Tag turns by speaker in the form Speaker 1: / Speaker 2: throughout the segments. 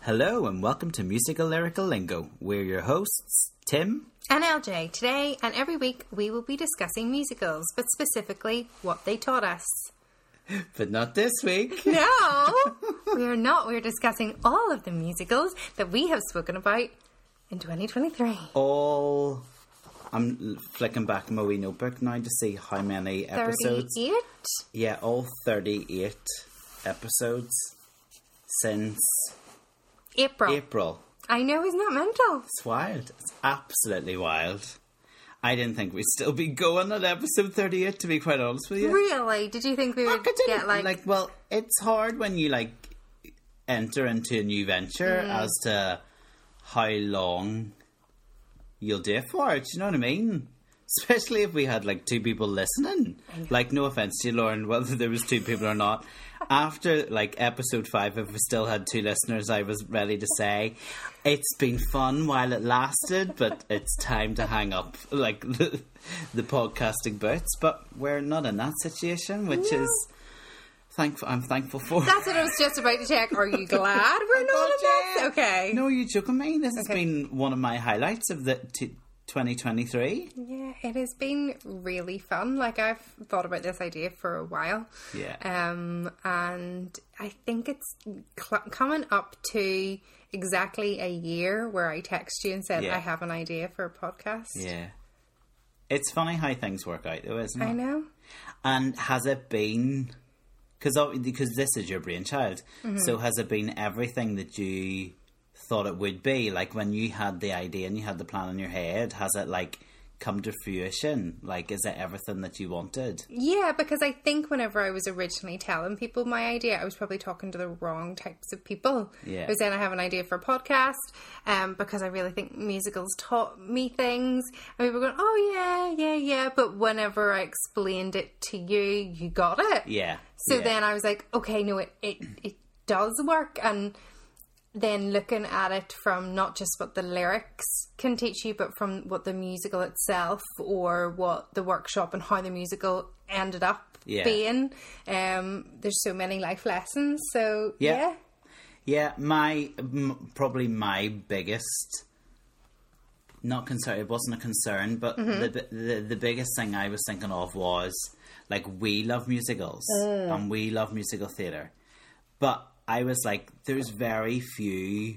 Speaker 1: Hello and welcome to Musical Lyrical Lingo. We're your hosts, Tim.
Speaker 2: And LJ, today and every week we will be discussing musicals, but specifically what they taught us.
Speaker 1: But not this week.
Speaker 2: No, we are not. We're discussing all of the musicals that we have spoken about in 2023.
Speaker 1: All. I'm flicking back my wee notebook now to see how many episodes.
Speaker 2: 38?
Speaker 1: Yeah, all 38 episodes since
Speaker 2: April.
Speaker 1: April.
Speaker 2: I know, isn't that mental?
Speaker 1: It's wild. It's absolutely wild. I didn't think we'd still be going on episode 38, to be quite honest with you.
Speaker 2: Really? Did you think we would
Speaker 1: I didn't-
Speaker 2: get like,
Speaker 1: well, it's hard when you like enter into a new venture
Speaker 2: Mm.
Speaker 1: as to how long you'll do it for. Do you know what I mean? Especially if we had like two people listening. Like, no offense to you, Lauren, whether there was two people or not. After like episode five, if we still had two listeners, I was ready to say it's been fun while it lasted, but it's time to hang up like the, the podcasting boots. But we're not in that situation, which
Speaker 2: No.
Speaker 1: is thankful. I'm thankful for.
Speaker 2: that's what I was just about to check. Are you glad we're not in this?
Speaker 1: Gotcha.
Speaker 2: Okay.
Speaker 1: No, you're joking me. This has
Speaker 2: Okay.
Speaker 1: been one of my highlights of the t- 2023.
Speaker 2: Yeah, it has been really fun. Like I've thought about this idea for a while.
Speaker 1: Yeah.
Speaker 2: Um, and I think it's cl- coming up to exactly a year where I text you and said
Speaker 1: Yeah.
Speaker 2: I have an idea for a podcast.
Speaker 1: Yeah. It's funny how things work out, though, isn't it?
Speaker 2: I know.
Speaker 1: And has it been? Because because this is your brainchild,
Speaker 2: Mm-hmm.
Speaker 1: so has it been everything that you thought it would be? Like when you had the idea and you had the plan in your head, has it like come to fruition? Like, is it everything that you wanted?
Speaker 2: Yeah, because I think whenever I was originally telling people my idea, I was probably talking to the wrong types of people.
Speaker 1: Yeah.
Speaker 2: I was saying I have an idea for a podcast um, because I really think musicals taught me things. And people were going, oh, yeah, yeah, yeah. But whenever I explained it to you, you got it.
Speaker 1: Yeah.
Speaker 2: So
Speaker 1: yeah.
Speaker 2: then I was like, okay, no, it, it, it does work. And then looking at it from not just what the lyrics can teach you, but from what the musical itself or what the workshop and how the musical ended up
Speaker 1: Yeah.
Speaker 2: being. Um, there's so many life lessons. So,
Speaker 1: Yeah.
Speaker 2: yeah.
Speaker 1: Yeah, my m- probably my biggest not concern. It wasn't a concern, but the bi- the the biggest thing I was thinking of was like we love musicals and we love musical theater, but I was like, there's very few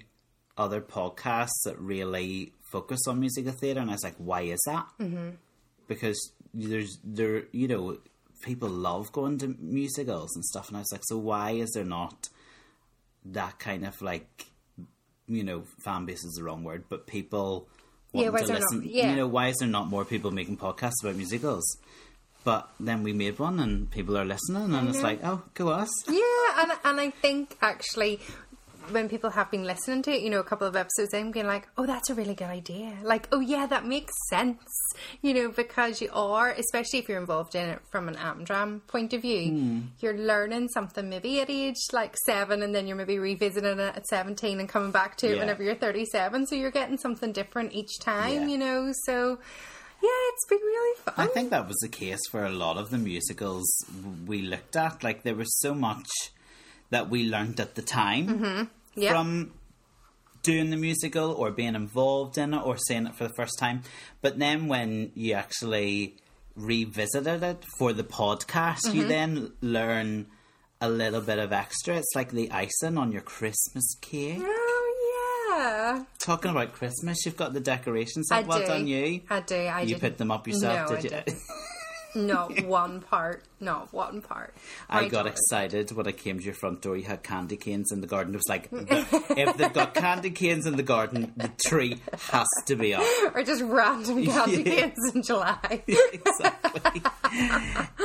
Speaker 1: other podcasts that really focus on musical theater, and I was like, why is that?
Speaker 2: Mm-hmm.
Speaker 1: because there's there you know people love going to musicals and stuff and i was like so why is there not that kind of like you know fan base is the wrong word but people
Speaker 2: Yeah,
Speaker 1: wanting
Speaker 2: why is
Speaker 1: to
Speaker 2: there not-
Speaker 1: listen
Speaker 2: yeah.
Speaker 1: you know why is there not more people making podcasts about musicals but then we made one and people are listening and it's like oh go us
Speaker 2: Yeah, and and I think actually when people have been listening to it, you know, a couple of episodes in, being like, "Oh, that's a really good idea." Like, "Oh yeah, that makes sense." You know, because you are, especially if you're involved in it from an Amdram point of view,
Speaker 1: Hmm.
Speaker 2: you're learning something maybe at age like seven, and then you're maybe revisiting it at seventeen and coming back to it
Speaker 1: Yeah.
Speaker 2: whenever you're thirty-seven. So you're getting something different each time,
Speaker 1: Yeah.
Speaker 2: you know. So yeah, it's been really fun.
Speaker 1: I think that was the case for a lot of the musicals we looked at. Like there was so much that we learned at the time
Speaker 2: Mm-hmm. yeah.
Speaker 1: from doing the musical or being involved in it or seeing it for the first time. But then when you actually revisited it for the podcast, you
Speaker 2: Mm-hmm.
Speaker 1: then learn a little bit of extra. It's like the icing on your Christmas cake.
Speaker 2: Mm-hmm. oh yeah.
Speaker 1: Talking about Christmas, you've got the decorations
Speaker 2: I
Speaker 1: up. Well
Speaker 2: do.
Speaker 1: done, you.
Speaker 2: I do. I
Speaker 1: You
Speaker 2: didn't-
Speaker 1: put them up yourself,
Speaker 2: No,
Speaker 1: did
Speaker 2: I
Speaker 1: you?
Speaker 2: didn't. Not one part. Not one part.
Speaker 1: I got
Speaker 2: don't.
Speaker 1: excited when I came to your front door. You had candy canes in the garden. It was like, the- if they've got candy canes in the garden, the tree has to be up.
Speaker 2: Or just random candidates in July.
Speaker 1: exactly.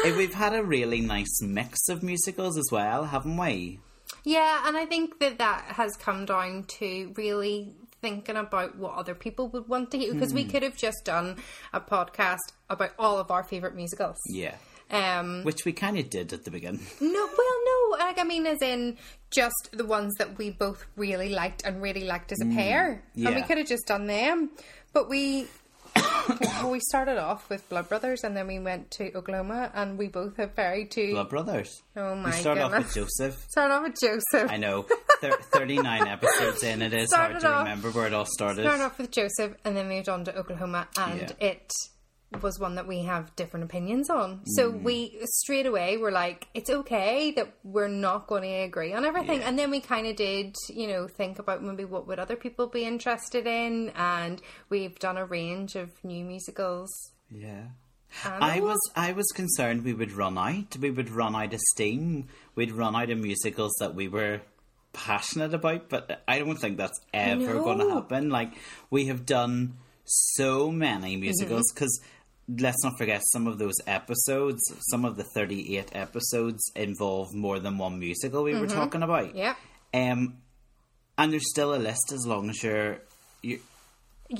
Speaker 1: Eh, We've had a really nice mix of musicals as well, haven't we?
Speaker 2: Yeah, and I think that that has come down to really thinking about what other people would want to hear because
Speaker 1: Hmm.
Speaker 2: we could have just done a podcast about all of our favorite musicals.
Speaker 1: Yeah.
Speaker 2: Um,
Speaker 1: Which we kind of did at the beginning.
Speaker 2: No, well, no. Like I mean, as in just the ones that we both really liked and really liked as a pair, and we
Speaker 1: Mm, yeah.
Speaker 2: could have just done them. But we well, we started off with Blood Brothers, and then we went to Oklahoma, and we both have very two.
Speaker 1: Blood Brothers.
Speaker 2: Oh my
Speaker 1: We start off with
Speaker 2: goodness.
Speaker 1: Joseph.
Speaker 2: Start off with Joseph.
Speaker 1: I know. thir- 39 episodes in, it is
Speaker 2: Started
Speaker 1: hard to
Speaker 2: off-
Speaker 1: remember where it all started.
Speaker 2: Started off with Joseph and then moved on to Oklahoma, and
Speaker 1: Yeah.
Speaker 2: it was one that we have different opinions on. So we straight away were like, it's okay that we're not going to agree on everything. And then we kind of did, you know, think about maybe what would other people be interested in, and we've done a range of new musicals.
Speaker 1: Yeah. I was I was concerned we would run out. We would run out of steam. We'd run out of musicals that we were passionate about, but I don't think that's ever
Speaker 2: No.
Speaker 1: going to happen. Like we have done so many musicals because let's not forget some of those episodes. Some of the thirty-eight episodes involve more than one musical we were talking about.
Speaker 2: Yep.
Speaker 1: Um, and there's still a list as long as you're, you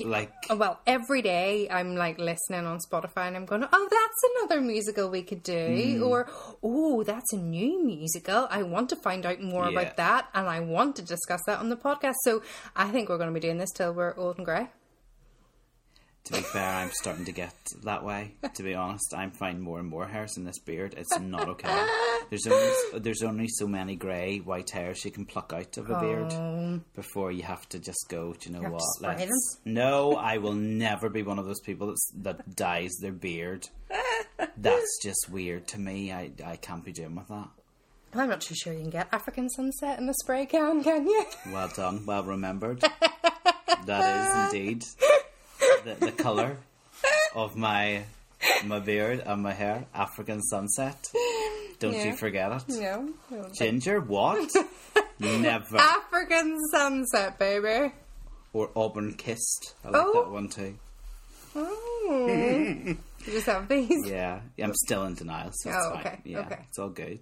Speaker 1: like
Speaker 2: Oh, Well, every day I'm like listening on Spotify and I'm going, oh, that's another musical we could do.
Speaker 1: Mm.
Speaker 2: Or, oh, that's a new musical. I want to find out more
Speaker 1: Yeah.
Speaker 2: about that and I want to discuss that on the podcast. So I think we're going to be doing this till we're old and grey.
Speaker 1: To be fair, I'm starting to get that way. To be honest, I'm finding more and more hairs in this beard. It's not okay. There's only there's only so many grey white hairs you can pluck out of a beard before you have to just go. Do you know
Speaker 2: have to
Speaker 1: what?
Speaker 2: spray them."
Speaker 1: No, I will never be one of those people that's, that dyes their beard. That's just weird to me. I I can't be doing with that.
Speaker 2: I'm not too sure you can get African sunset in a spray can, can you?
Speaker 1: Well done. Well remembered. That is indeed the, the colour of my my beard and my hair. African sunset. Don't
Speaker 2: Yeah.
Speaker 1: you forget it.
Speaker 2: no. I don't think-
Speaker 1: Ginger, what? Never.
Speaker 2: African sunset, baby.
Speaker 1: Or auburn kissed. I like
Speaker 2: Oh.
Speaker 1: that one too.
Speaker 2: Oh. you just have these.
Speaker 1: Yeah, I'm still in denial, so it's
Speaker 2: Oh,
Speaker 1: fine.
Speaker 2: okay,
Speaker 1: Yeah,
Speaker 2: okay.
Speaker 1: it's all good.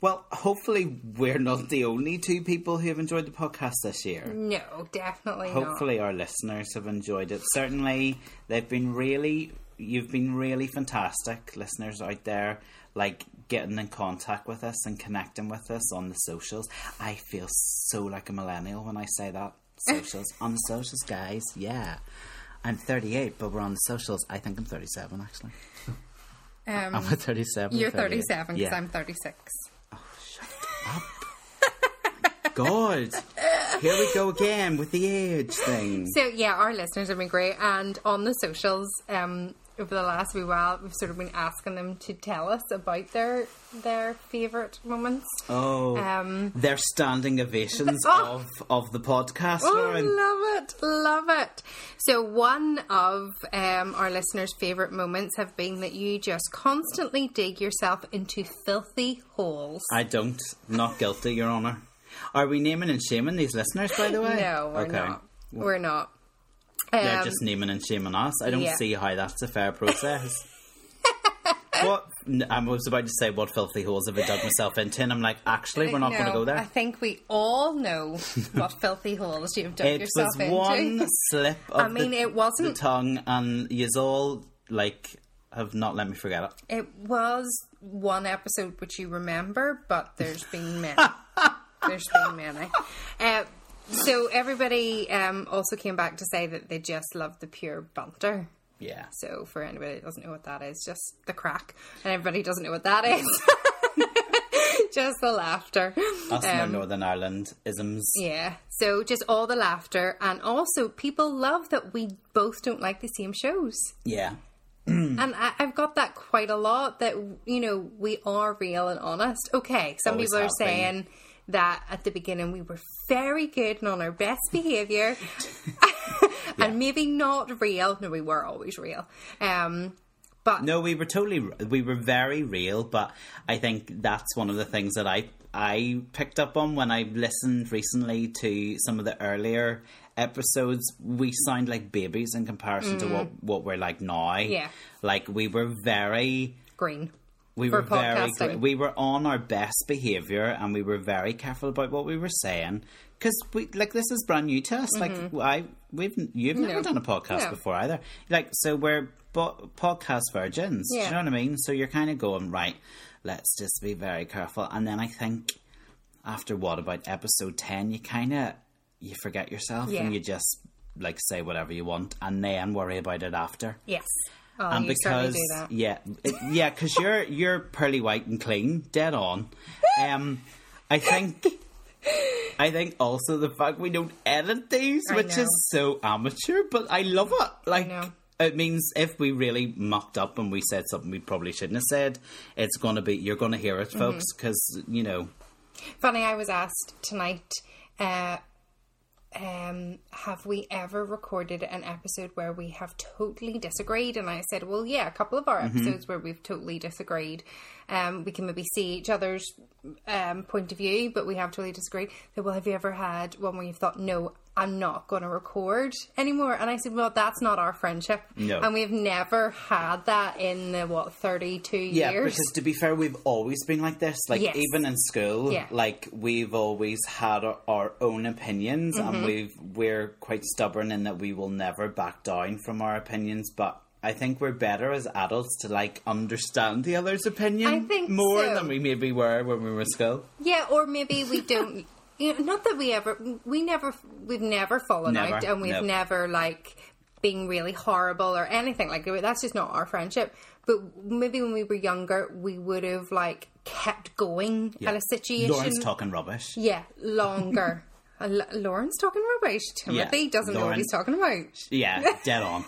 Speaker 1: Well, hopefully we're not the only two people who have enjoyed the podcast this year.
Speaker 2: No, definitely not.
Speaker 1: Hopefully, our listeners have enjoyed it. Certainly, they've been really, you've been really fantastic, listeners out there, like getting in contact with us and connecting with us on the socials. I feel so like a millennial when I say that. Socials. on the socials, guys. Yeah. I'm 38, but we're on the socials. I think I'm 37, actually. I'm
Speaker 2: Um,
Speaker 1: a 37.
Speaker 2: You're
Speaker 1: 38.
Speaker 2: 37 because
Speaker 1: Yeah.
Speaker 2: I'm 36.
Speaker 1: God. Here we go again with the age thing.
Speaker 2: So yeah, our listeners have been great, and on the socials, um, over the last wee while, we've sort of been asking them to tell us about their their favourite moments.
Speaker 1: Oh,
Speaker 2: Um,
Speaker 1: they're standing ovations
Speaker 2: Oh.
Speaker 1: of of the podcast, Lauren.
Speaker 2: Oh, love it, love it. So, one of um, our listeners' favourite moments have been that you just constantly dig yourself into filthy holes.
Speaker 1: I don't. Not guilty, Your Honour. Are we naming and shaming these listeners, by the way?
Speaker 2: No, we're not. We're not. Um,
Speaker 1: They're just naming and shaming us. I don't
Speaker 2: yeah.
Speaker 1: see how that's a fair process. what? n- I was about to say, what filthy holes have I dug myself into? And I'm like, actually, we're not going to
Speaker 2: Um, no,
Speaker 1: go there.
Speaker 2: I think we all know what filthy holes you've dug
Speaker 1: it
Speaker 2: yourself
Speaker 1: was
Speaker 2: into.
Speaker 1: one slip of
Speaker 2: I mean,
Speaker 1: the,
Speaker 2: it
Speaker 1: the
Speaker 2: wasn't
Speaker 1: tongue, and you all, like, have not let me forget it.
Speaker 2: It was one episode which you remember, but there's been many. there's been many. Uh, so everybody um, also came back to say that they just loved the pure banter.
Speaker 1: Yeah.
Speaker 2: So for anybody that doesn't know what that is, just the crack, and everybody doesn't know what that is. just the laughter.
Speaker 1: Us and our
Speaker 2: um,
Speaker 1: Northern Ireland isms.
Speaker 2: Yeah. So just all the laughter, and also people love that we both don't like the same shows.
Speaker 1: Yeah.
Speaker 2: And I, I've got that quite a lot that, you know, we are real and honest. Okay, some
Speaker 1: Always
Speaker 2: people are
Speaker 1: have been.
Speaker 2: saying that at the beginning we were very good and on our best behaviour and maybe not real. No, we were always real. Um, but
Speaker 1: No, we were totally, we were very real, but I think that's one of the things that I I picked up on when I listened recently to some of the earlier episodes. We sound like babies in comparison to what what we're like now.
Speaker 2: Yeah.
Speaker 1: like we were very.
Speaker 2: green.
Speaker 1: We
Speaker 2: For
Speaker 1: were very
Speaker 2: podcasting.
Speaker 1: gr- we were on our best behavior and we were very careful about what we were saying because we like this is brand new to us. Like I we've you've never done a podcast
Speaker 2: Mm-hmm. No.
Speaker 1: before either. Like so we're bo- podcast virgins. Do
Speaker 2: Yeah.
Speaker 1: you know what I mean? So you're kind of going right. Let's just be very careful. And then I think after what about episode ten, you kind of you forget yourself
Speaker 2: Yeah.
Speaker 1: and you just like say whatever you want and then worry about it after
Speaker 2: Yes. Oh,
Speaker 1: and
Speaker 2: you certainly
Speaker 1: Um, because
Speaker 2: do that.
Speaker 1: yeah, it, yeah, because you're you're pearly white and clean, dead on. Um, I think I think also the fact we don't edit these,
Speaker 2: I
Speaker 1: which
Speaker 2: know.
Speaker 1: is so amateur, but I love it. Like
Speaker 2: know.
Speaker 1: it means if we really mucked up and we said something we probably shouldn't have said, it's going to be you're going to hear
Speaker 2: Mm-hmm.
Speaker 1: it, folks, because you know
Speaker 2: Funny, I was asked tonight, uh, um, have we ever recorded an episode where we have totally disagreed? And I said, well, yeah, a couple of
Speaker 1: Mm-hmm.
Speaker 2: our episodes where we've totally disagreed. Um, we can maybe see each other's um, point of view, but we have totally disagreed. So, well, have you ever had one where you've thought, no, I'm not going to record anymore? And I said, well, that's not our friendship.
Speaker 1: No.
Speaker 2: And we've never had that in, the, what, 32
Speaker 1: Yeah,
Speaker 2: years?
Speaker 1: because to be fair, we've always been like this. Like
Speaker 2: Yes.
Speaker 1: even in school,
Speaker 2: Yeah.
Speaker 1: like we've always had our, our own opinions,
Speaker 2: Mm-hmm.
Speaker 1: and we've we're quite stubborn in that we will never back down from our opinions. But I think we're better as adults to like understand the other's opinion
Speaker 2: I think
Speaker 1: more
Speaker 2: so.
Speaker 1: than we maybe were when we were in school.
Speaker 2: Yeah, or maybe we don't. you know, not that we ever, we never, we've never fallen
Speaker 1: Never,
Speaker 2: out, and we've
Speaker 1: no.
Speaker 2: never like been really horrible or anything like that. That's just not our friendship. But maybe when we were younger, we would have like kept going at a situation.
Speaker 1: Lauren's talking rubbish.
Speaker 2: yeah, longer. A L- Lauren's talking rubbish. Timothy doesn't know what
Speaker 1: Lauren-
Speaker 2: he's talking about.
Speaker 1: Yeah, dead on.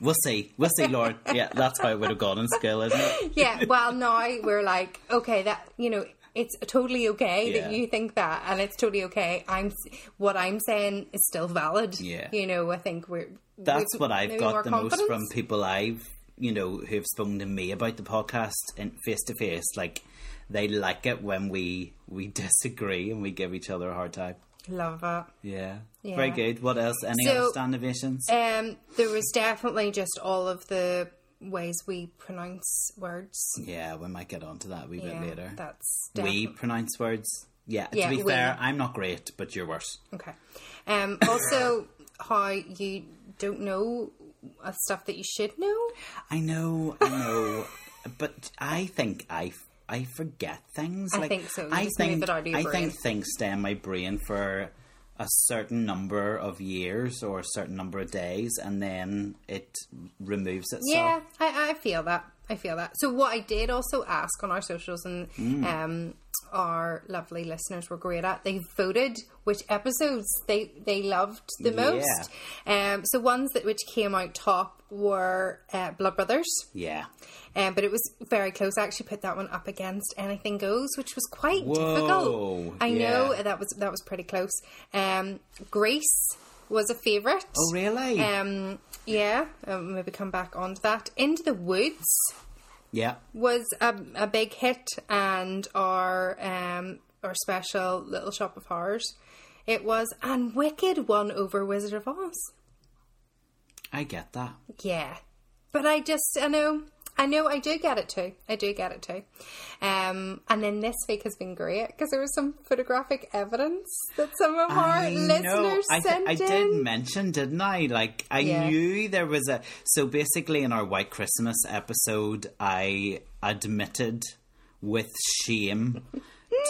Speaker 1: We'll see. We'll see, Lauren. Yeah, that's how it would have gone in school, isn't it?
Speaker 2: yeah. Well, now we're like, okay, that you know, it's totally okay that
Speaker 1: Yeah.
Speaker 2: you think that, and it's totally okay. I'm what I'm saying is still valid.
Speaker 1: Yeah.
Speaker 2: You know, I think we're.
Speaker 1: That's
Speaker 2: we've
Speaker 1: what I've
Speaker 2: maybe
Speaker 1: got
Speaker 2: more
Speaker 1: the most from
Speaker 2: confidence.
Speaker 1: people I've, you know, who've spoken to me about the podcast and face to face. Like, they like it when we we disagree and we give each other a hard time.
Speaker 2: Love it.
Speaker 1: Yeah.
Speaker 2: Yeah.
Speaker 1: Very good. What else? Any
Speaker 2: So-
Speaker 1: other stand innovations?
Speaker 2: Um, there was definitely just all of the ways we pronounce words.
Speaker 1: yeah, we might get onto that a wee
Speaker 2: Yeah,
Speaker 1: bit later.
Speaker 2: that's
Speaker 1: we
Speaker 2: definitely
Speaker 1: pronounce words. Yeah,
Speaker 2: Yeah,
Speaker 1: to be
Speaker 2: we.
Speaker 1: fair, I'm not great, but you're worse.
Speaker 2: okay. Um, also, how you don't know of stuff that you should know.
Speaker 1: I know, I know, but I think I, f- I forget things. I
Speaker 2: think so. You just move it out of your
Speaker 1: I
Speaker 2: brain.
Speaker 1: think things stay in my brain for a certain number of years or a certain number of days, and then it removes itself.
Speaker 2: Yeah, I, I feel that. I feel that. So what I did also ask on our socials and
Speaker 1: Mm.
Speaker 2: um, our lovely listeners were great at. They voted which episodes they they loved the most. Um, so ones that which came out top were uh, Blood Brothers,
Speaker 1: Yeah.
Speaker 2: um, but it was very close. I actually put that one up against Anything Goes, which was quite
Speaker 1: Whoa,
Speaker 2: difficult. I know
Speaker 1: yeah.
Speaker 2: that was that was pretty close. Um, Grace was a favourite.
Speaker 1: Oh, really?
Speaker 2: Um, yeah, um, maybe come back on to that. Into the Woods
Speaker 1: yeah.
Speaker 2: was a, a big hit, and our um, our special Little Shop of Horrors. It was, and Wicked won over Wizard of Oz.
Speaker 1: I get that.
Speaker 2: Yeah, but I just I know I know I do get it too. I do get it too. Um, and then this week has been great because there was some photographic evidence that some of our
Speaker 1: I
Speaker 2: listeners
Speaker 1: know. I, th-
Speaker 2: sent
Speaker 1: I
Speaker 2: in.
Speaker 1: did mention, didn't I? Like, I
Speaker 2: Yeah.
Speaker 1: knew there was a. So basically, in our White Christmas episode, I admitted with shame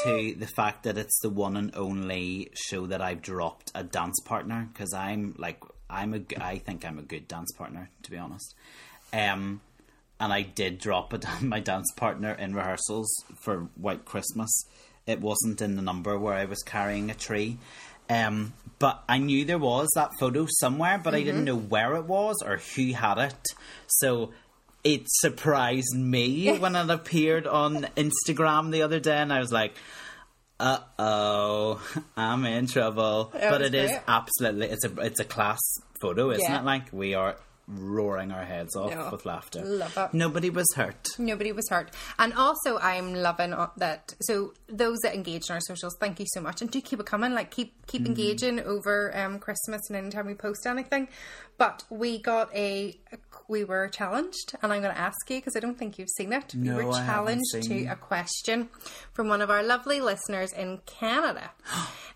Speaker 1: to the fact that it's the one and only show that I've dropped a dance partner because I'm like, I'm a. g- I think I'm a good dance partner, to be honest. Um, and I did drop it on my dance partner in rehearsals for White Christmas. It wasn't in the number where I was carrying a tree. Um, but I knew there was that photo somewhere, but I
Speaker 2: Mm-hmm.
Speaker 1: didn't know where it was or who had it. So it surprised me when it appeared on Instagram the other day, and I was like, "Uh oh, I'm in trouble." but
Speaker 2: was
Speaker 1: it is
Speaker 2: great.
Speaker 1: absolutely it's a it's a class photo, isn't
Speaker 2: Yeah.
Speaker 1: it? Like we are roaring our heads off
Speaker 2: No.
Speaker 1: with laughter.
Speaker 2: Love it.
Speaker 1: Nobody was hurt.
Speaker 2: Nobody was hurt. And also, I'm loving o- that. So, those that engage in our socials, thank you so much. And do keep it coming. Like, keep keep
Speaker 1: Mm-hmm.
Speaker 2: engaging over um, Christmas and anytime we post anything. But we got a, we were challenged, and I'm going to ask you because I don't think you've seen it.
Speaker 1: No,
Speaker 2: we were
Speaker 1: I haven't
Speaker 2: challenged to
Speaker 1: seen.
Speaker 2: a question from one of our lovely listeners in Canada.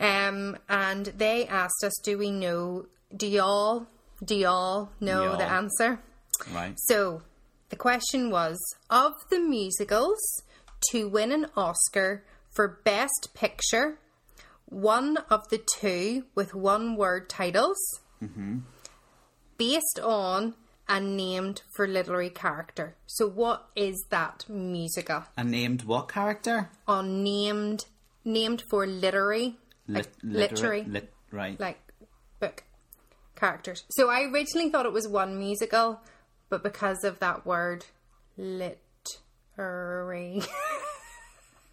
Speaker 2: um, and they asked us, do we know, do y'all, do y'all know the
Speaker 1: Y'all.
Speaker 2: answer?
Speaker 1: Right.
Speaker 2: So the question was of the musicals to win an Oscar for Best Picture, one of the two with one word titles, based on and named for literary character. So what is that musical?
Speaker 1: And named what character?
Speaker 2: On named named for literary
Speaker 1: Lit-
Speaker 2: Like,
Speaker 1: literary-
Speaker 2: literary.
Speaker 1: lit- right.
Speaker 2: like book characters. So I originally thought it was one musical, but because of that word literary,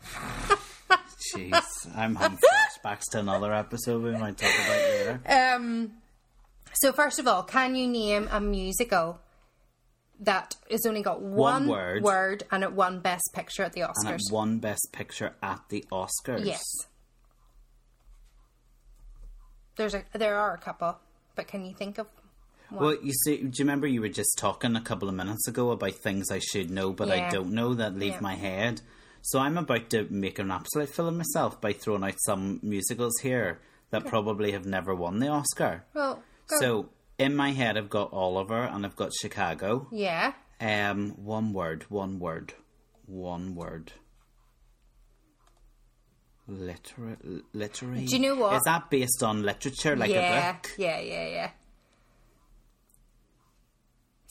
Speaker 1: Jeez, I'm having flashbacks to another episode we might talk about later.
Speaker 2: um, so first of all, can you name a musical that has only got one,
Speaker 1: word.
Speaker 2: and it won Best Picture at the
Speaker 1: and it
Speaker 2: Oscars?
Speaker 1: won Best Picture at the Oscars.
Speaker 2: yes, there's a there are a couple, but can you think of?
Speaker 1: Well, you see, do you remember you were just talking a couple of minutes ago about things I should know but I
Speaker 2: Yeah.
Speaker 1: don't know that leave
Speaker 2: Yeah.
Speaker 1: my head? So I'm about to make an absolute fool of myself by throwing out some musicals here that probably have never won the Oscar.
Speaker 2: Well, go.
Speaker 1: So in my head, I've got Oliver and I've got Chicago.
Speaker 2: yeah,
Speaker 1: Um, one word, one word, one word. Literary, literary.
Speaker 2: Do you know what?
Speaker 1: Is that based on literature, like
Speaker 2: yeah,
Speaker 1: a book?
Speaker 2: yeah, yeah, yeah.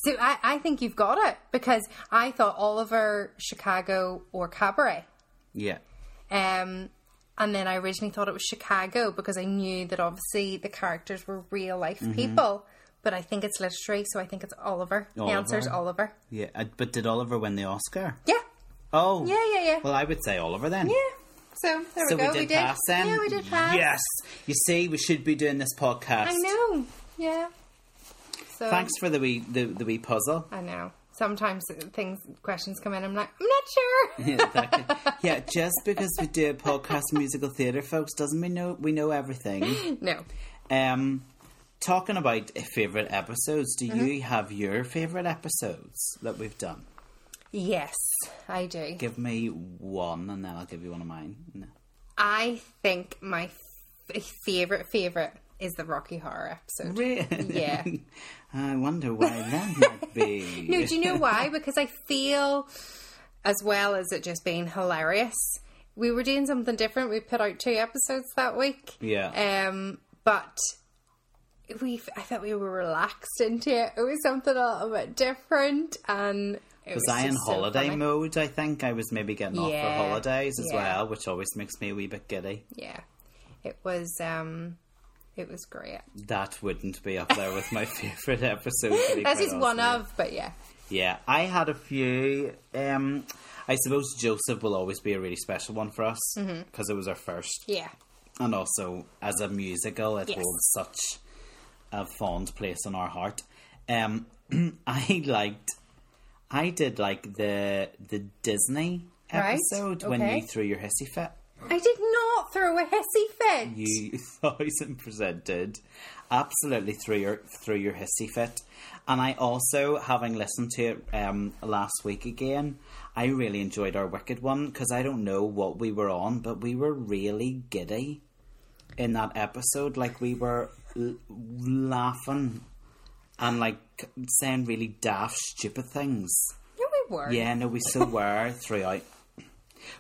Speaker 2: So I, I think you've got it because I thought Oliver, Chicago, or Cabaret,
Speaker 1: Yeah.
Speaker 2: um, and then I originally thought it was Chicago because I knew that obviously the characters were real life
Speaker 1: Mm-hmm.
Speaker 2: people, but I think it's literary, so I think it's Oliver. The answer's Oliver.
Speaker 1: Yeah, uh, but did Oliver win the Oscar?
Speaker 2: Yeah,
Speaker 1: Oh,
Speaker 2: yeah, yeah, yeah,
Speaker 1: Well, I would say Oliver then.
Speaker 2: yeah. So there
Speaker 1: So
Speaker 2: we
Speaker 1: we
Speaker 2: go.
Speaker 1: did, pass then.
Speaker 2: Yeah, we did pass.
Speaker 1: Yes. You see, we should be doing this podcast.
Speaker 2: I know. Yeah. So
Speaker 1: Thanks for the wee the, the wee puzzle.
Speaker 2: I know. Sometimes things, questions come in. I'm like, I'm not sure.
Speaker 1: Yeah, exactly. yeah, just because we do a podcast musical theatre, folks, doesn't mean know we know everything.
Speaker 2: no.
Speaker 1: Um, talking about favourite episodes, do
Speaker 2: Mm-hmm.
Speaker 1: you have your favourite episodes that we've done?
Speaker 2: Yes, I do.
Speaker 1: Give me one, and then I'll give you one of mine. No.
Speaker 2: I think my f- favorite favorite is the Rocky Horror episode.
Speaker 1: Really?
Speaker 2: Yeah.
Speaker 1: I wonder why that might be.
Speaker 2: No, do you know why? Because I feel, as well as it just being hilarious, we were doing something different. We put out two episodes that week.
Speaker 1: Yeah.
Speaker 2: Um, but we, I felt we were relaxed into it. It was something a little bit different, and it was,
Speaker 1: was I in
Speaker 2: just so
Speaker 1: holiday
Speaker 2: funny.
Speaker 1: mode? I think I was maybe getting off
Speaker 2: Yeah,
Speaker 1: for holidays as
Speaker 2: yeah.
Speaker 1: well, which always makes me a wee bit giddy.
Speaker 2: Yeah, it was. um It was great.
Speaker 1: That wouldn't be up there with my favourite episode. to be
Speaker 2: That's
Speaker 1: quite
Speaker 2: just one
Speaker 1: honest with
Speaker 2: of, but yeah.
Speaker 1: you. Yeah, I had a few. Um, I suppose Joseph will always be a really special one for us because
Speaker 2: Mm-hmm.
Speaker 1: it was our first,
Speaker 2: Yeah.
Speaker 1: and also as a musical, it
Speaker 2: Yes.
Speaker 1: holds such a fond place in our heart. Um, I liked. I did like the the Disney
Speaker 2: Right,
Speaker 1: episode when
Speaker 2: okay.
Speaker 1: you threw your hissy fit.
Speaker 2: I did not throw a hissy fit.
Speaker 1: You thousand percent did. Absolutely through your through your hissy fit. And I also, having listened to it um, last week again, I really enjoyed our Wicked one because I don't know what we were on, but we were really giddy in that episode. Like we were l- laughing and like saying really daft, stupid things.
Speaker 2: No, we were.
Speaker 1: Yeah, no, we still were throughout.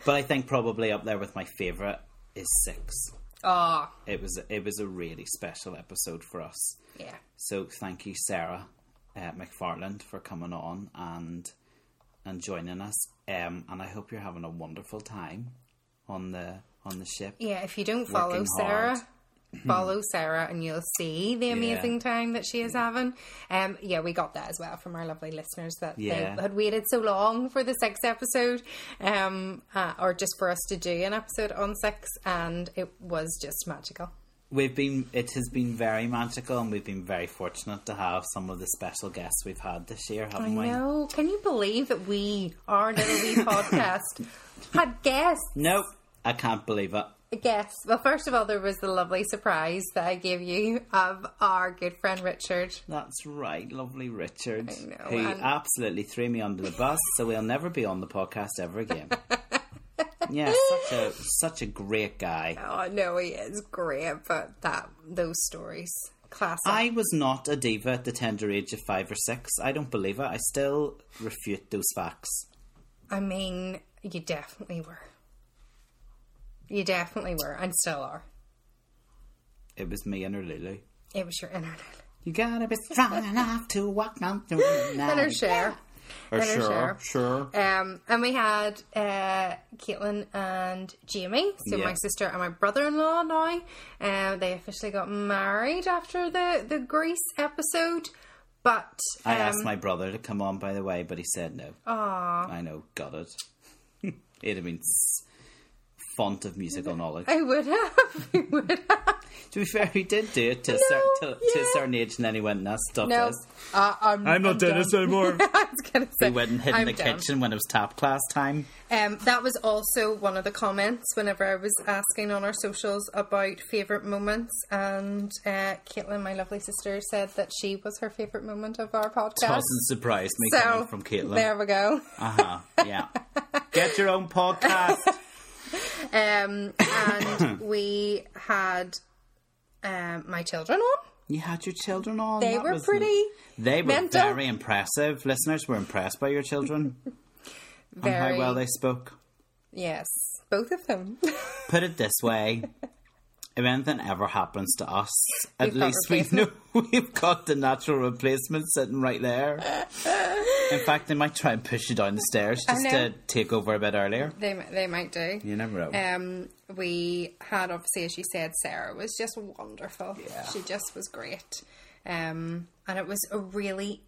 Speaker 1: But I think probably up there with my favourite is six
Speaker 2: Oh,
Speaker 1: it was it was a really special episode for us.
Speaker 2: yeah.
Speaker 1: So thank you, Sarah uh, McFarland, for coming on and and joining us. Um, and I hope you're having a wonderful time on the on the ship.
Speaker 2: Yeah, if you don't follow
Speaker 1: Working
Speaker 2: Sarah,
Speaker 1: hard. Hmm.
Speaker 2: follow Sarah and you'll see the amazing time that she is having. Um, yeah, we got that as well from our lovely listeners that
Speaker 1: Yeah.
Speaker 2: they had waited so long for the sixth episode, um, uh, or just for us to do an episode on six, and it was just magical.
Speaker 1: We've been it has been very magical, and we've been very fortunate to have some of the special guests we've had this year, haven't we?
Speaker 2: No, can you believe that we, our little wee podcast, had guests?
Speaker 1: No, I can't believe it.
Speaker 2: Yes. Well, first of all, there was the lovely surprise that I gave you of our good friend Richard.
Speaker 1: That's right, lovely Richard,
Speaker 2: I know,
Speaker 1: who
Speaker 2: and-
Speaker 1: absolutely threw me under the bus, so we'll never be on the podcast ever again. yeah, such a such a great guy.
Speaker 2: Oh no, he is great, but that those stories, classic.
Speaker 1: I was not a diva at the tender age of five or six. I don't believe it. I still refute those facts.
Speaker 2: I mean, you definitely were. You definitely were, and still are.
Speaker 1: It was me and her Lulu.
Speaker 2: It was your internet.
Speaker 1: You gotta be strong enough to walk on through the night.
Speaker 2: And her share. Or
Speaker 3: sure, sure.
Speaker 2: Um, and we had uh, Caitlin and Jamie, so
Speaker 1: Yeah.
Speaker 2: my sister and my brother-in-law now. Um, they officially got married after the the Greece episode, but
Speaker 1: I
Speaker 2: um,
Speaker 1: asked my brother to come on, by the way, but he said no. I know, got it. It'd have been s- font of musical knowledge.
Speaker 2: I would have. I would have.
Speaker 1: to be fair, he did do it to, a, cer-
Speaker 2: No,
Speaker 1: to, to a
Speaker 2: yeah.
Speaker 1: certain age, and then he went, "That's stuff
Speaker 2: No,
Speaker 1: this."
Speaker 2: uh, I'm,
Speaker 3: I'm not
Speaker 2: done.
Speaker 3: Dennis anymore.
Speaker 2: I was gonna say
Speaker 1: He went and hid
Speaker 2: I'm
Speaker 1: in the
Speaker 2: done.
Speaker 1: kitchen when it was top class time.
Speaker 2: Um, that was also one of the comments whenever I was asking on our socials about favourite moments, and uh, Caitlin, my lovely sister, said that she was her favourite moment of our podcast.
Speaker 1: Doesn't surprise me
Speaker 2: So
Speaker 1: coming from Caitlin.
Speaker 2: there we go.
Speaker 1: Uh-huh. Yeah. Get your own podcast.
Speaker 2: Um, and we had um, my children on.
Speaker 1: You had your children on.
Speaker 2: They
Speaker 1: that
Speaker 2: were
Speaker 1: was-
Speaker 2: pretty.
Speaker 1: They were
Speaker 2: mental.
Speaker 1: very impressive. Listeners were impressed by your children and
Speaker 2: Very
Speaker 1: how well they spoke.
Speaker 2: yes, both of them.
Speaker 1: Put it this way. If anything ever happens to us, at
Speaker 2: We've got
Speaker 1: least we know we've got the natural replacement sitting right there. In fact, they might try and push you down the stairs just
Speaker 2: know.
Speaker 1: to take over a bit earlier.
Speaker 2: they mi- they might do.
Speaker 1: You never know.
Speaker 2: Um, we had obviously, as you said, Sarah was just wonderful.
Speaker 1: Yeah.
Speaker 2: She just was great. Um, and it was a really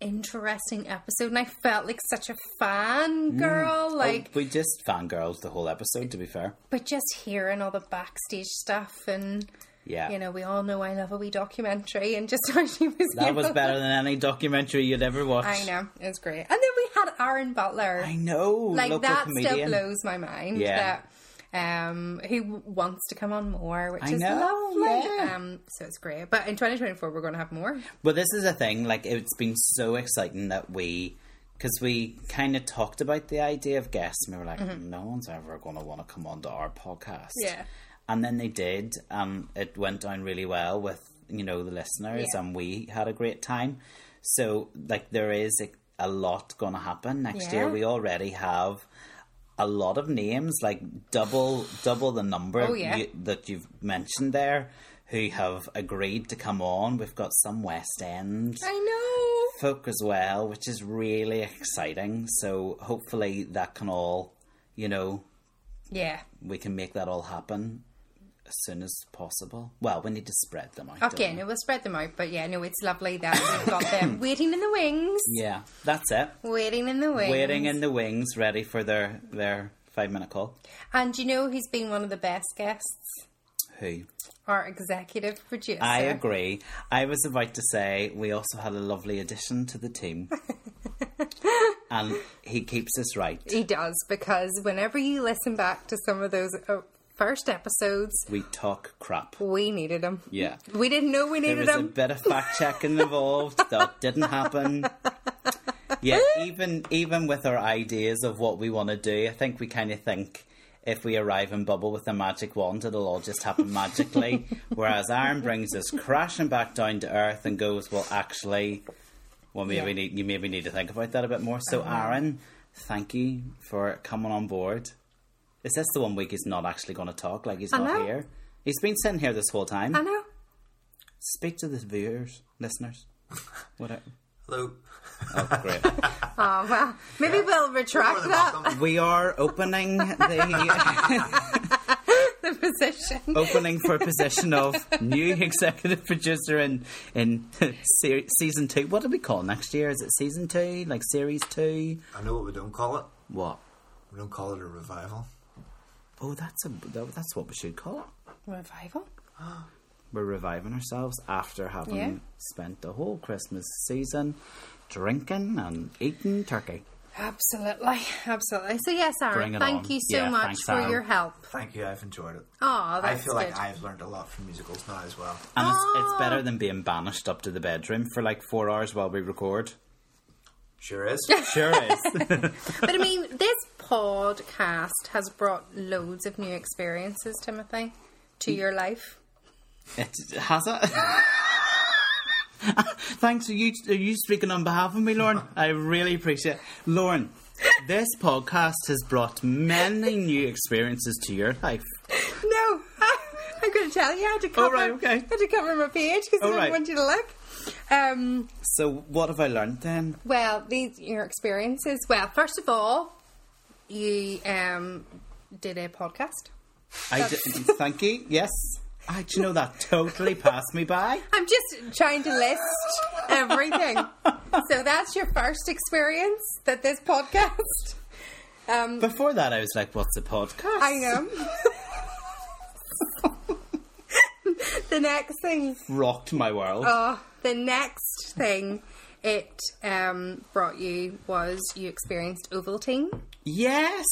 Speaker 2: interesting episode, and I felt like such a
Speaker 1: Mm.
Speaker 2: fan girl.
Speaker 1: Oh,
Speaker 2: Like,
Speaker 1: we just fangirls the whole episode, to be fair.
Speaker 2: but just hearing all the backstage stuff, and
Speaker 1: Yeah.
Speaker 2: you know, we all know I love a wee documentary, and just how she was.
Speaker 1: That was
Speaker 2: able-
Speaker 1: better than any documentary you'd ever watch.
Speaker 2: I know it was great, and then we had Aaron Butler.
Speaker 1: I know.
Speaker 2: like
Speaker 1: local
Speaker 2: that still
Speaker 1: comedian.
Speaker 2: blows my mind
Speaker 1: Yeah.
Speaker 2: that um who w- wants to come on more which
Speaker 1: I
Speaker 2: is
Speaker 1: know,
Speaker 2: lovely
Speaker 1: yeah.
Speaker 2: um so it's great but in 2024 we're going to have more
Speaker 1: Well, this is a thing. Like, it's been so exciting that we, because we kind of talked about the idea of guests, and we were like, no one's ever going to want to come onto our podcast.
Speaker 2: Mm-hmm. Yeah.
Speaker 1: And then they did. Um, it went down really well with you know the listeners,
Speaker 2: Yeah.
Speaker 1: and we had a great time. So, like, there is a, a lot going to happen next year.
Speaker 2: Yeah.
Speaker 1: We already have. A lot of names, like double double the number
Speaker 2: Oh, yeah.
Speaker 1: you- that you've mentioned there who have agreed to come on. We've got some West End
Speaker 2: i know
Speaker 1: folk as well, which is really exciting. So hopefully that can all, you know,
Speaker 2: yeah
Speaker 1: we can make that all happen as soon as possible. Well, we need to spread them out. don't
Speaker 2: okay
Speaker 1: we?
Speaker 2: no we'll spread them out but yeah no it's lovely that we've got them waiting in the wings
Speaker 1: Yeah, that's it.
Speaker 2: waiting in the wings
Speaker 1: Waiting in the wings, ready for their their five minute call.
Speaker 2: and you know who's been one of the best guests
Speaker 1: Who?
Speaker 2: our executive producer
Speaker 1: I agree. I was about to say we also had a lovely addition to the team. and he keeps us right.
Speaker 2: he does because whenever you listen back to some of those uh, first episodes
Speaker 1: We talk crap.
Speaker 2: we needed him
Speaker 1: Yeah.
Speaker 2: we didn't know we
Speaker 1: There
Speaker 2: needed
Speaker 1: was a
Speaker 2: him
Speaker 1: bit of fact checking involved that didn't happen. Yeah, even even with our ideas of what we want to do, I think we kind of think if we arrive in bubble with a magic wand, it'll all just happen magically. Whereas Aaron brings us crashing back down to earth and goes, "Well, actually, well, maybe
Speaker 2: Yeah. Uh-huh.
Speaker 1: need, you maybe need to think about that a bit more." So, Aaron, thank you for coming on board. Is this the one week he's not actually going to talk? Like he's not
Speaker 2: know.
Speaker 1: here. He's been sitting here this whole time
Speaker 2: I know.
Speaker 1: speak to the viewers, listeners, whatever.
Speaker 3: Hello.
Speaker 1: Oh, great.
Speaker 2: Oh well, maybe we'll retract that
Speaker 1: we are opening the
Speaker 2: position.
Speaker 1: opening for position of new executive producer in in se- season two. What do we call next year? Is it season two, like series two?
Speaker 3: I know what we don't call it.
Speaker 1: What?
Speaker 3: We don't call it a revival.
Speaker 1: Oh, that's a that- that's what we should call it.
Speaker 2: Revival.
Speaker 1: We're reviving ourselves after having
Speaker 2: Yeah.
Speaker 1: spent the whole Christmas season drinking and eating turkey.
Speaker 2: Absolutely, absolutely. So yes,
Speaker 1: Bring
Speaker 2: Aaron,
Speaker 1: it
Speaker 2: thank
Speaker 1: on.
Speaker 2: you so
Speaker 1: Yeah,
Speaker 2: much
Speaker 1: thanks,
Speaker 2: for
Speaker 1: Aaron.
Speaker 2: your help.
Speaker 3: Thank you. I've enjoyed it.
Speaker 2: Oh,
Speaker 3: I
Speaker 2: that's
Speaker 3: feel
Speaker 2: good. Uh,
Speaker 3: like I've learned a lot from musicals now as well.
Speaker 1: And it's, it's better than being banished up to the bedroom for like four hours while we record.
Speaker 3: Sure is.
Speaker 1: Sure is.
Speaker 2: but I mean, this podcast has brought loads of new experiences, Timothy, to
Speaker 1: Mm.
Speaker 2: your life.
Speaker 1: It has it. Thanks. Are you are you speaking on behalf of me, Lauren? I really appreciate it. Lauren. This podcast has brought many new experiences to your life.
Speaker 2: No, I'm going to tell you. I had to cover.
Speaker 1: right, okay.
Speaker 2: I had to cover my page because I
Speaker 1: All
Speaker 2: didn't
Speaker 1: right.
Speaker 2: want you to look. Um,
Speaker 1: So what have I learned then?
Speaker 2: well, these your experiences. Well, first of all, you um, did a podcast.
Speaker 1: I d- thank you. Yes. I, do you know that totally passed me by?
Speaker 2: I'm just trying to list everything. so that's your first experience that this podcast. Um,
Speaker 1: Before that, I was like, "What's a podcast?"
Speaker 2: I know. the next thing,
Speaker 1: Rocked my world.
Speaker 2: oh, the next thing it um, brought you was you experienced Ovaltine.
Speaker 1: yes,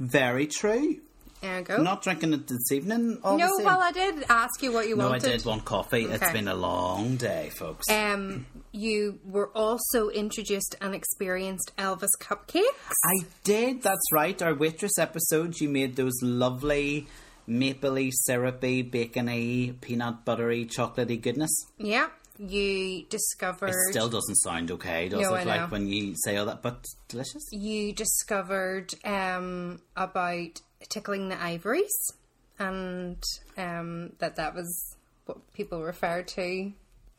Speaker 1: very true.
Speaker 2: There you go.
Speaker 1: Not drinking it this evening. All
Speaker 2: no,
Speaker 1: the same.
Speaker 2: well, I did ask you what you
Speaker 1: no, I
Speaker 2: wanted.
Speaker 1: did want coffee. It's
Speaker 2: Okay.
Speaker 1: been a long day, folks.
Speaker 2: Um, you were also introduced and experienced Elvis cupcakes.
Speaker 1: I did. That's right. Our waitress episode. You made those lovely, mapley, syrupy, bacony, peanut buttery, chocolatey goodness.
Speaker 2: Yeah, you discovered.
Speaker 1: It still doesn't sound okay, does
Speaker 2: No,
Speaker 1: it?
Speaker 2: I
Speaker 1: like
Speaker 2: know.
Speaker 1: when you say all that, but delicious.
Speaker 2: you discovered um, about tickling the ivories, and um, that that was what people refer to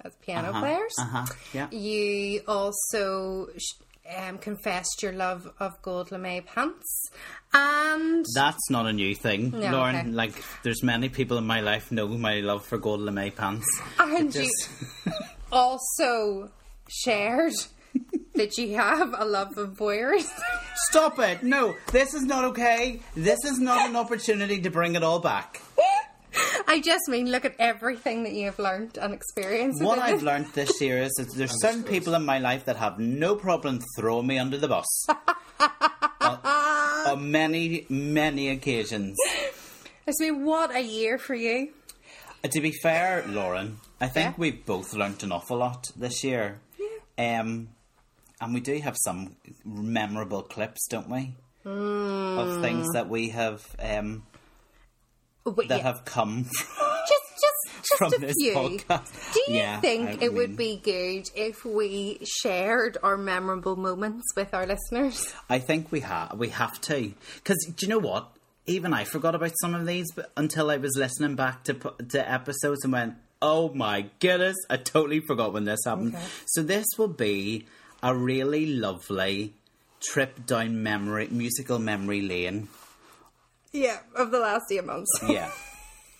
Speaker 2: as piano players.
Speaker 1: Uh huh. Yeah.
Speaker 2: You also sh- um, confessed your love of gold lame pants, and
Speaker 1: That's not a new thing,
Speaker 2: No,
Speaker 1: Lauren.
Speaker 2: okay.
Speaker 1: Like, there's many people in my life know my love for gold lame pants.
Speaker 2: and you
Speaker 1: Just
Speaker 2: also shared that you have a love of voyeurism.
Speaker 1: stop it! No, this is not okay. This is not an opportunity to bring it all back.
Speaker 2: I just mean look at everything that you have learned and experienced.
Speaker 1: What
Speaker 2: within
Speaker 1: I've
Speaker 2: this
Speaker 1: learned this year is that there's certain people in my life that have no problem throwing me under the bus on, on many, many occasions.
Speaker 2: It's been what a year for you.
Speaker 1: Uh, To be fair, Lauren, I think
Speaker 2: Yeah.
Speaker 1: we've both learnt an awful lot this year. Um, and we do have some memorable clips, don't we?
Speaker 2: Hmm.
Speaker 1: Of things that we have um,
Speaker 2: Oh, But
Speaker 1: that
Speaker 2: yeah,
Speaker 1: have come
Speaker 2: just, just, just
Speaker 1: from
Speaker 2: a
Speaker 1: this
Speaker 2: few.
Speaker 1: podcast.
Speaker 2: Do you
Speaker 1: Yeah,
Speaker 2: think
Speaker 1: I
Speaker 2: it
Speaker 1: mean-
Speaker 2: would be good if we shared our memorable moments with our listeners?
Speaker 1: I think we have we have to because do you know what? Even I forgot about some of these, but until I was listening back to p- to episodes and went, "Oh my goodness, I totally forgot when this happened."
Speaker 2: Okay.
Speaker 1: So this will be a really lovely trip down memory musical memory lane.
Speaker 2: Yeah, of the last eight months.
Speaker 1: Yeah.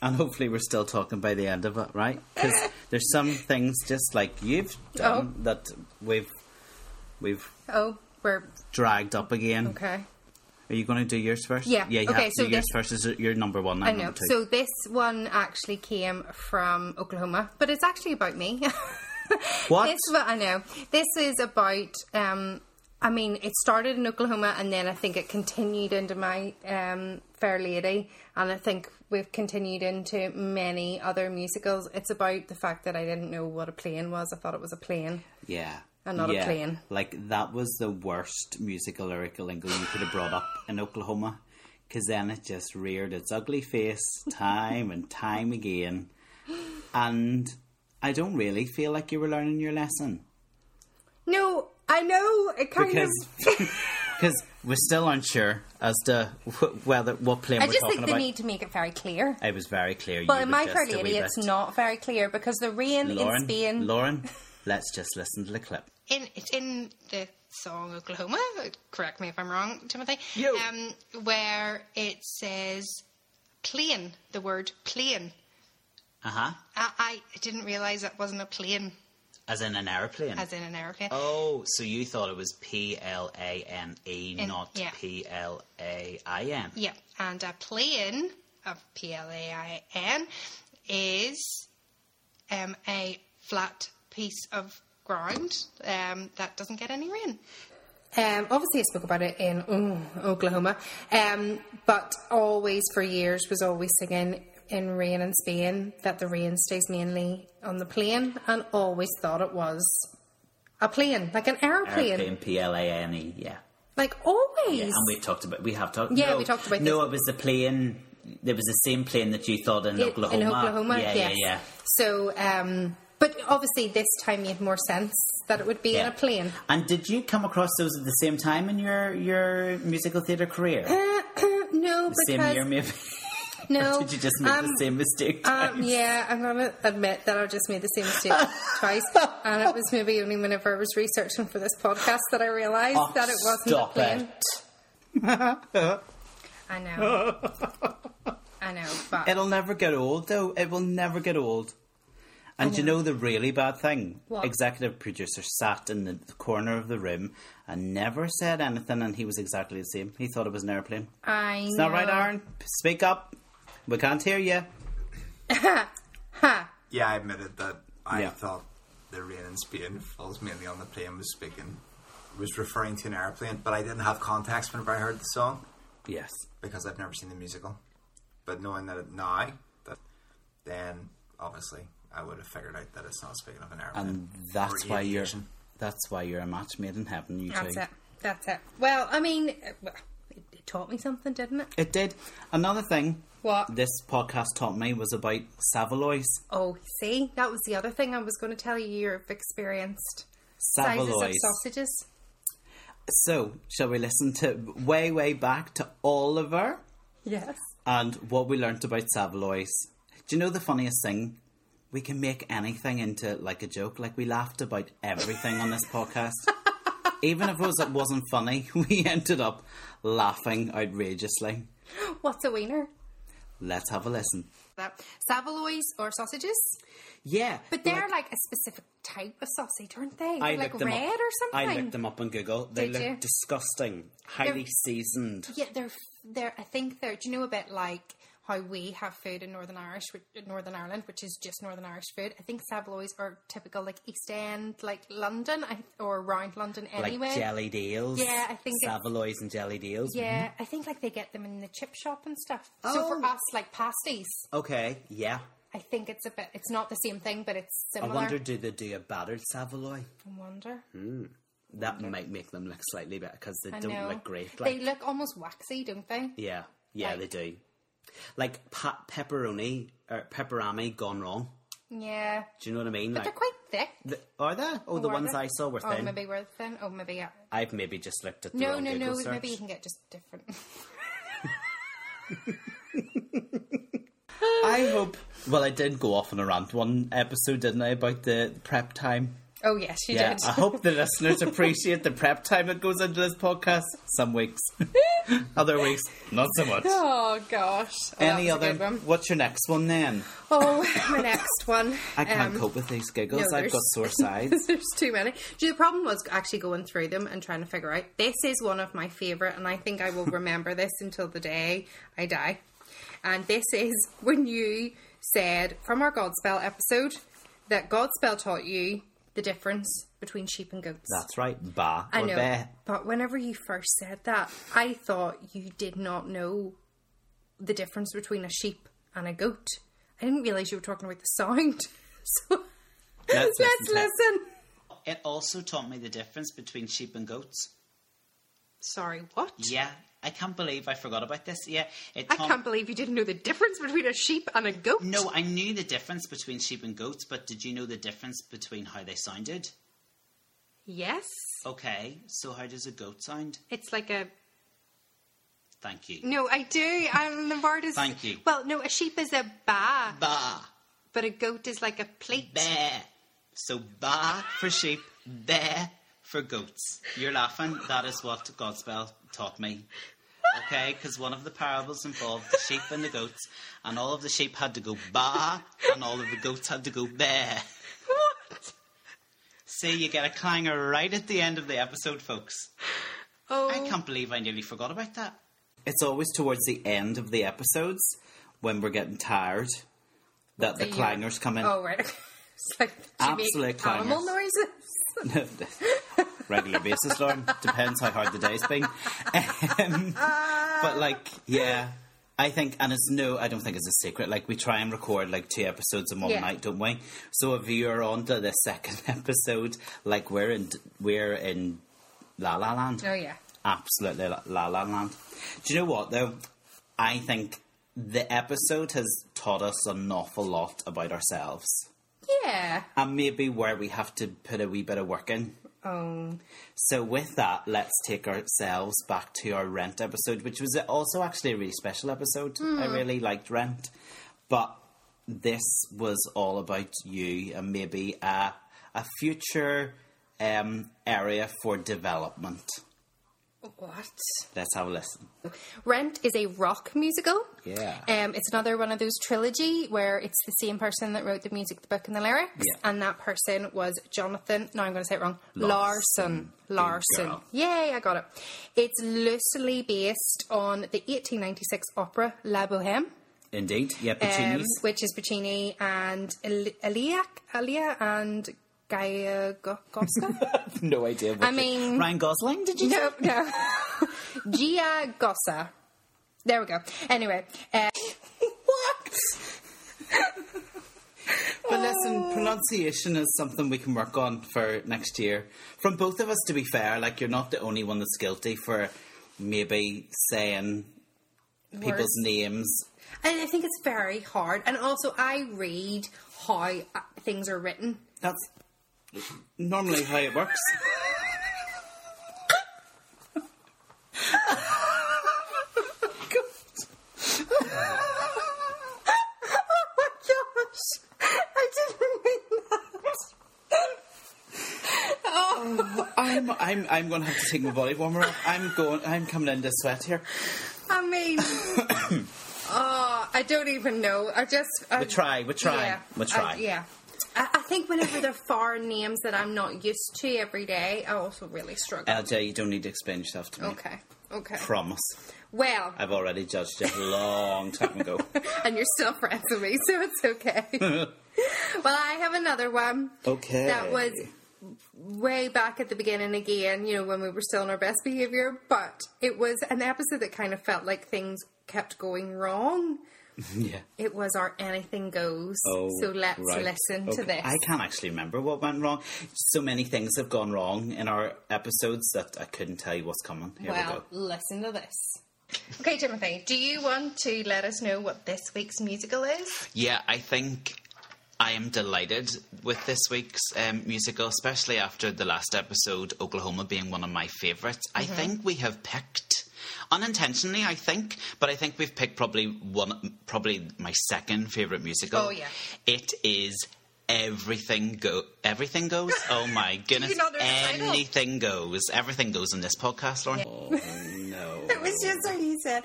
Speaker 1: And hopefully we're still talking by the end of it, right? Because there's some things just like you've done that we've we've
Speaker 2: Oh, we're
Speaker 1: dragged up again.
Speaker 2: okay.
Speaker 1: Are you going to do yours first?
Speaker 2: Yeah.
Speaker 1: Yeah. You
Speaker 2: Okay,
Speaker 1: have to
Speaker 2: so
Speaker 1: do yours
Speaker 2: this-
Speaker 1: first. Is it your number one?
Speaker 2: I know. So this one actually came from Oklahoma, but it's actually about me.
Speaker 1: What?
Speaker 2: This one, I know. This is about. Um, I mean, it started in Oklahoma, and then I think it continued into my um, Fair Lady, and I think we've continued into many other musicals. It's about the fact that I didn't know what a plane was. I thought it was a plane.
Speaker 1: yeah.
Speaker 2: Another
Speaker 1: yeah.
Speaker 2: plane.
Speaker 1: Like that was the worst musical lyrical lingo you could have brought up in Oklahoma, because then it just reared its ugly face time and time again, and I don't really feel like you were learning your lesson
Speaker 2: No, I know. It kind
Speaker 1: because.
Speaker 2: of.
Speaker 1: Because we're still unsure as to wh- whether what plane
Speaker 2: I
Speaker 1: we're
Speaker 2: just
Speaker 1: talking
Speaker 2: think they
Speaker 1: about.
Speaker 2: need to make it very clear.
Speaker 1: It was very clear.
Speaker 2: But
Speaker 1: you
Speaker 2: in
Speaker 1: were
Speaker 2: my
Speaker 1: just
Speaker 2: Fair
Speaker 1: a wee
Speaker 2: Lady, it's
Speaker 1: bit-
Speaker 2: not very clear because the rain
Speaker 1: Lauren,
Speaker 2: in Spain.
Speaker 1: Lauren, let's just listen to the clip.
Speaker 4: in it's in the song Oklahoma. Correct me if I'm wrong, Timothy.
Speaker 1: Yo.
Speaker 4: Um, where it says plane, the word plane.
Speaker 1: Uh huh.
Speaker 4: I, I didn't realize that wasn't a plane,
Speaker 1: As in an aeroplane.
Speaker 4: as in an airplane.
Speaker 1: oh, so you thought it was P L A N E,
Speaker 4: In-
Speaker 1: not
Speaker 4: yeah.
Speaker 1: P L A I N.
Speaker 4: Yeah, and a plane of P L A I N is um, a flat piece of ground um, that doesn't get any rain.
Speaker 2: Um, obviously, I spoke about it in mm, Oklahoma, um, but always for years was always singing in rain in Spain that the rain stays mainly on the plane, and always thought it was a plane, like an aeroplane,
Speaker 1: Aeroplane, P L A N E, yeah.
Speaker 2: like
Speaker 1: Yeah,
Speaker 2: always.
Speaker 1: and we talked about, we have talked.
Speaker 2: Yeah,
Speaker 1: no,
Speaker 2: we talked about
Speaker 1: No, it was the plane. There was the same plane that you thought in
Speaker 2: In-
Speaker 1: Oklahoma.
Speaker 2: in Oklahoma,
Speaker 1: yeah,
Speaker 2: yes.
Speaker 1: yeah, yeah.
Speaker 2: So, um, but obviously, this time made more sense that it would be in
Speaker 1: Yeah.
Speaker 2: a plane.
Speaker 1: And did you come across those at the same time in your your musical theatre career?
Speaker 2: no,
Speaker 1: same
Speaker 2: Uh, because
Speaker 1: year, maybe.
Speaker 2: No.
Speaker 1: Did you just make
Speaker 2: um,
Speaker 1: the same mistake?
Speaker 2: Um,
Speaker 1: twice?
Speaker 2: yeah, I'm going to admit that I just made the same mistake twice. And it was maybe only whenever I was researching for this podcast that I realised
Speaker 1: Oh,
Speaker 2: that it wasn't a
Speaker 1: stop
Speaker 2: plane.
Speaker 1: it.
Speaker 2: I know. I know, but
Speaker 1: It'll never get old, though. It will never get old. And you know the really bad thing?
Speaker 2: Oh, What?
Speaker 1: Executive producer sat in the corner of the room and never said anything, and he was exactly the same. He thought it was an airplane.
Speaker 2: I
Speaker 1: Is
Speaker 2: know.
Speaker 1: that right, Aaron? Speak up. We can't hear you.
Speaker 3: Yeah, I admitted that I
Speaker 1: Yeah.
Speaker 3: thought the rain in Spain falls mainly on the plane was speaking, was referring to an airplane, but I didn't have context whenever I heard the song
Speaker 1: Yes.
Speaker 3: because I've never seen the musical. But knowing that it now, that then obviously I would have figured out that it's not speaking of an airplane.
Speaker 1: And that's
Speaker 3: Or
Speaker 1: why you're.
Speaker 3: aviation.
Speaker 1: That's why you're a match made in heaven, you
Speaker 2: That's
Speaker 1: two.
Speaker 2: it. That's it. Well, I mean, it, well, it it taught me something, didn't it?
Speaker 1: It did. Another thing
Speaker 2: What?
Speaker 1: this podcast taught me was about Savalois.
Speaker 2: Oh, see, that was the other thing I was going to tell you. You've experienced sizes of
Speaker 1: Savalois.
Speaker 2: sausages.
Speaker 1: So, shall we listen to way, way back to Oliver?
Speaker 2: Yes.
Speaker 1: and what we learnt about Savalois. Do you know the funniest thing? We can make anything into like a joke. Like we laughed about everything on this podcast. Even if it, was, it wasn't funny, we ended up laughing outrageously.
Speaker 2: What's a wiener?
Speaker 1: Let's have a listen.
Speaker 2: That Savalois or sausages?
Speaker 1: Yeah.
Speaker 2: But they're like, a specific type of sausage, aren't
Speaker 1: I
Speaker 2: they? They're like
Speaker 1: looked them
Speaker 2: red
Speaker 1: up.
Speaker 2: or something.
Speaker 1: I looked them up on Google. They
Speaker 2: Did
Speaker 1: look
Speaker 2: you?
Speaker 1: disgusting, highly
Speaker 2: They're-
Speaker 1: seasoned.
Speaker 2: Yeah, they're they're. I think they're. Do you know a bit like how we have food in Northern Irish, which- Northern Ireland, which is just Northern Irish food? I think Savoys are typical like East End, like London, I, or around London
Speaker 1: Like
Speaker 2: anyway.
Speaker 1: jelly deals.
Speaker 2: Yeah, I think it's-
Speaker 1: Savalois and jelly deals.
Speaker 2: Yeah, I think like they get them in the chip shop and stuff. So for
Speaker 1: Mm-hmm. Oh.
Speaker 2: us, like pasties,
Speaker 1: Okay. Yeah.
Speaker 2: I think it's a bit. It's not the same thing, but it's
Speaker 1: I
Speaker 2: similar.
Speaker 1: wonder do they do a battered Savalois?
Speaker 2: I wonder.
Speaker 1: That might make them look slightly better because they
Speaker 2: I
Speaker 1: don't
Speaker 2: know.
Speaker 1: look great. Like,
Speaker 2: they look almost waxy, don't they?
Speaker 1: yeah, yeah,
Speaker 2: like-
Speaker 1: they do. Like pa- pepperoni or pepperami gone wrong.
Speaker 2: Yeah,
Speaker 1: Do you know what I mean?
Speaker 2: they're
Speaker 1: Like,
Speaker 2: quite thick.
Speaker 1: th- are they? Oh, the
Speaker 2: Were
Speaker 1: ones
Speaker 2: they?
Speaker 1: I saw were
Speaker 2: oh,
Speaker 1: thin.
Speaker 2: maybe worth thin. Oh, maybe yeah.
Speaker 1: I've maybe just looked at the
Speaker 2: No,
Speaker 1: wrong
Speaker 2: no,
Speaker 1: Google
Speaker 2: no.
Speaker 1: search.
Speaker 2: Maybe you can get just different.
Speaker 1: I hope. Well, I did go off on a rant one episode, didn't I, about the prep time?
Speaker 2: oh yes, you
Speaker 1: Yeah,
Speaker 2: did.
Speaker 1: I hope the listeners appreciate the prep time that goes into this podcast. Some weeks, other weeks, not so much.
Speaker 2: oh gosh. Oh, that
Speaker 1: Any
Speaker 2: was a
Speaker 1: other?
Speaker 2: good one.
Speaker 1: What's your next one then?
Speaker 2: Oh, my next one.
Speaker 1: I can't
Speaker 2: um,
Speaker 1: cope with these giggles.
Speaker 2: no,
Speaker 1: I've got
Speaker 2: there's-
Speaker 1: sore sides.
Speaker 2: There's too many. Do you- the problem was actually going through them and trying to figure out. This is one of my favorite, and I think I will remember this until the day I die. And this is when you said from our Godspell episode that Godspell taught you the difference between sheep and goats.
Speaker 1: That's right, ba
Speaker 2: I
Speaker 1: or
Speaker 2: know.
Speaker 1: be.
Speaker 2: But whenever you first said that, I thought you did not know the difference between a sheep and a goat. I didn't realize you were talking about the sound. So
Speaker 1: Let's
Speaker 2: let's
Speaker 1: listen to it.
Speaker 2: listen.
Speaker 1: It also taught me the difference between sheep and goats.
Speaker 2: Sorry, what?
Speaker 1: Yeah, I can't believe I forgot about this. Yeah, it
Speaker 2: I
Speaker 1: taught-
Speaker 2: can't believe you didn't know the difference between a sheep and a goat.
Speaker 1: No, I knew the difference between sheep and goats, but did you know the difference between how they sounded?
Speaker 2: Yes.
Speaker 1: Okay, so how does a goat sound?
Speaker 2: It's like a
Speaker 1: Thank you.
Speaker 2: no. I do. And the word is
Speaker 1: Thank you.
Speaker 2: Well, no, a sheep is a ba,
Speaker 1: Ba,
Speaker 2: but a goat is like a plate.
Speaker 1: be. So ba for sheep, be for goats. You're laughing. That is what Godspell taught me. Okay, because one of the parables involved the sheep and the goats, and all of the sheep had to go ba, and all of the goats had to go bear.
Speaker 2: What?
Speaker 1: See, you get a clanger right at the end of the episode, folks.
Speaker 2: Oh,
Speaker 1: I can't believe I nearly forgot about that. It's always towards the end of the episodes when we're getting tired that the
Speaker 2: you-
Speaker 1: clangers come in.
Speaker 2: oh right. it's like do you make
Speaker 1: Absolute
Speaker 2: animal
Speaker 1: clangers.
Speaker 2: noises.
Speaker 1: regular basis, Lauren. Depends how hard the day's been. Um, but like, yeah, I think, and it's no, I don't think it's a secret. Like, we try and record like two episodes in one
Speaker 2: Yeah.
Speaker 1: night, don't we? So if you're on to the second episode, like we're in, we're in La La Land.
Speaker 2: Oh yeah.
Speaker 1: Absolutely La La La Land. Do you know what though? I think the episode has taught us an awful lot about ourselves.
Speaker 2: Yeah.
Speaker 1: Uh, And maybe where we have to put a wee bit of work in.
Speaker 2: Oh,
Speaker 1: So, with that, let's take ourselves back to our Rent episode, which was also actually a really special episode. I
Speaker 2: Hmm.
Speaker 1: really liked Rent, but this was all about you and maybe a, a future um, area for development.
Speaker 2: what?
Speaker 1: Let's have a listen.
Speaker 2: Rent is a rock musical.
Speaker 1: Yeah.
Speaker 2: Um, it's another one of those trilogy where it's the same person that wrote the music, the book, and the lyrics,
Speaker 1: Yeah.
Speaker 2: and that person was Jonathan. No, I'm going to say it wrong.
Speaker 1: Larson.
Speaker 2: Larson.
Speaker 1: Good
Speaker 2: Larson.
Speaker 1: girl.
Speaker 2: Yay, I got it. It's loosely based on the 1896 opera La Bohème.
Speaker 1: Indeed. Yeah,
Speaker 2: Um,
Speaker 1: Puccini's.
Speaker 2: which is Puccini and Eli- Eliak, Elia and Gaia Go- Costa?
Speaker 1: no idea. What
Speaker 2: I
Speaker 1: you-
Speaker 2: mean-
Speaker 1: Ryan Gosling, did you?
Speaker 2: no, no. Gia Gossa. There we go. Anyway, uh,
Speaker 1: What? but listen, pronunciation is something we can work on for next year. From both of us, to be fair, like you're not the only one that's guilty for maybe saying people's
Speaker 2: Words.
Speaker 1: names.
Speaker 2: And I think it's very hard. And also, I read how uh, things are written.
Speaker 1: That's normally how it works.
Speaker 2: Oh my gosh! I didn't mean that.
Speaker 1: I'm I'm I'm gonna have to take my body warmer off. I'm going I'm coming into sweat here.
Speaker 2: I mean, oh, I don't even know. I just I, we
Speaker 1: try, we try, we try.
Speaker 2: yeah. I, I think whenever there are foreign names that I'm not used to every day, I also really struggle.
Speaker 1: LJ, you don't need to explain yourself to me.
Speaker 2: okay, okay.
Speaker 1: Promise.
Speaker 2: well,
Speaker 1: I've already judged it a long time ago.
Speaker 2: and you're still friends with me, so it's okay. well, I have another one.
Speaker 1: Okay.
Speaker 2: That was way back at the beginning again, you know, when we were still in our best behavior, but it was an episode that kind of felt like things kept going wrong.
Speaker 1: Yeah.
Speaker 2: It was our anything goes.
Speaker 1: Oh,
Speaker 2: so let's
Speaker 1: right.
Speaker 2: listen to
Speaker 1: Okay.
Speaker 2: this.
Speaker 1: I can't actually remember what went wrong. So many things have gone wrong in our episodes that I couldn't tell you what's coming. Here
Speaker 2: well,
Speaker 1: we go.
Speaker 2: listen to this.
Speaker 4: Okay, Timothy, do you want to let us know what this week's musical is?
Speaker 1: Yeah, I think I am delighted with this week's um, musical, especially after the last episode, Oklahoma being one of my favorites I
Speaker 4: Mm-hmm.
Speaker 1: think we have picked unintentionally, I think, but I think we've picked probably one, probably my second favorite musical.
Speaker 4: Oh, yeah.
Speaker 1: it is. Everything go, everything goes. Oh my goodness!
Speaker 4: not know the title?
Speaker 1: Anything goes. Everything goes in this podcast, Lauren. Oh no!
Speaker 2: It was just what you said.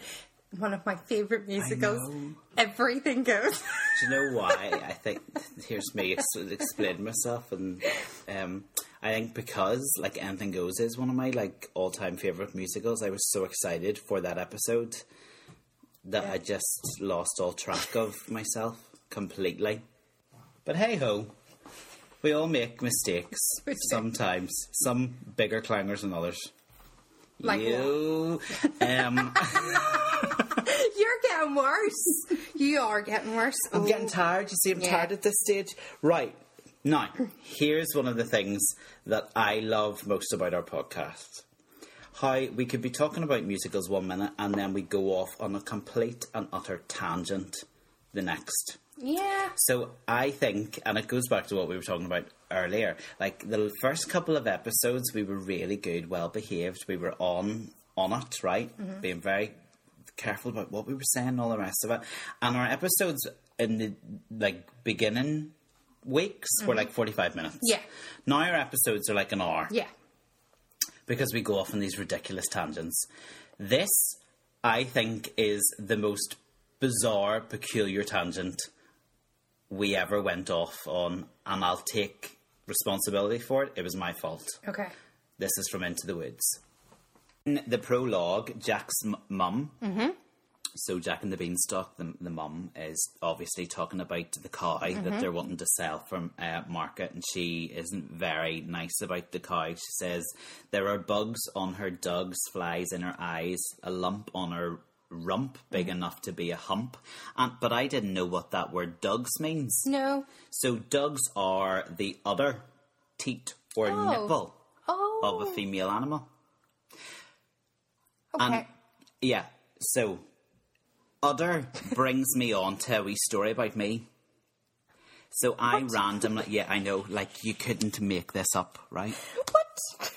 Speaker 2: One of my favorite musicals.
Speaker 1: know.
Speaker 2: Everything goes.
Speaker 1: Do you know why? I think here's me ex- explaining myself, and um, I think because like Anything Goes is one of my like all time favorite musicals. I was so excited for that episode that I just lost all track of myself completely. But hey ho, we all make mistakes
Speaker 2: We do.
Speaker 1: sometimes. Some bigger clangers than others.
Speaker 2: Like what?
Speaker 1: you, um,
Speaker 2: You're getting worse. You are getting worse.
Speaker 1: I'm getting tired. You see, I'm
Speaker 2: Oh. Yeah.
Speaker 1: tired at this stage. Right. Now, here's one of the things that I love most about our podcast. How we could be talking about musicals one minute and then we go off on a complete and utter tangent the next.
Speaker 2: Oh, yeah.
Speaker 1: So I think, and it goes back to what we were talking about earlier. Like the first couple of episodes, we were really good, well behaved. We were on on it, right? Being very careful about what we were saying, and all the rest of it. And our episodes in the like beginning weeks were like forty five minutes.
Speaker 2: Yeah.
Speaker 1: Now our episodes are like an hour
Speaker 2: Yeah.
Speaker 1: because we go off on these ridiculous tangents. This, I think, is the most bizarre, peculiar tangent we ever went off on, and I'll take responsibility for it. It was my fault.
Speaker 2: Okay.
Speaker 1: This is from Into the Woods. In the prologue, Jack's m- mum. So Jack and the Beanstalk, the, the mum is obviously talking about the cow that they're wanting to sell from uh, market, and she isn't very nice about the cow. She says there are bugs on her dugs, flies in her eyes, a lump on her rump big enough to be a hump. And, but I didn't know what that word dugs means.
Speaker 2: No.
Speaker 1: So dugs are the other teat or
Speaker 2: Oh.
Speaker 1: nipple
Speaker 2: Oh.
Speaker 1: of a female animal.
Speaker 2: okay.
Speaker 1: And yeah, so udder brings me on to a wee story about me. So I randomly, yeah, I know, like you couldn't make this up, right?
Speaker 2: What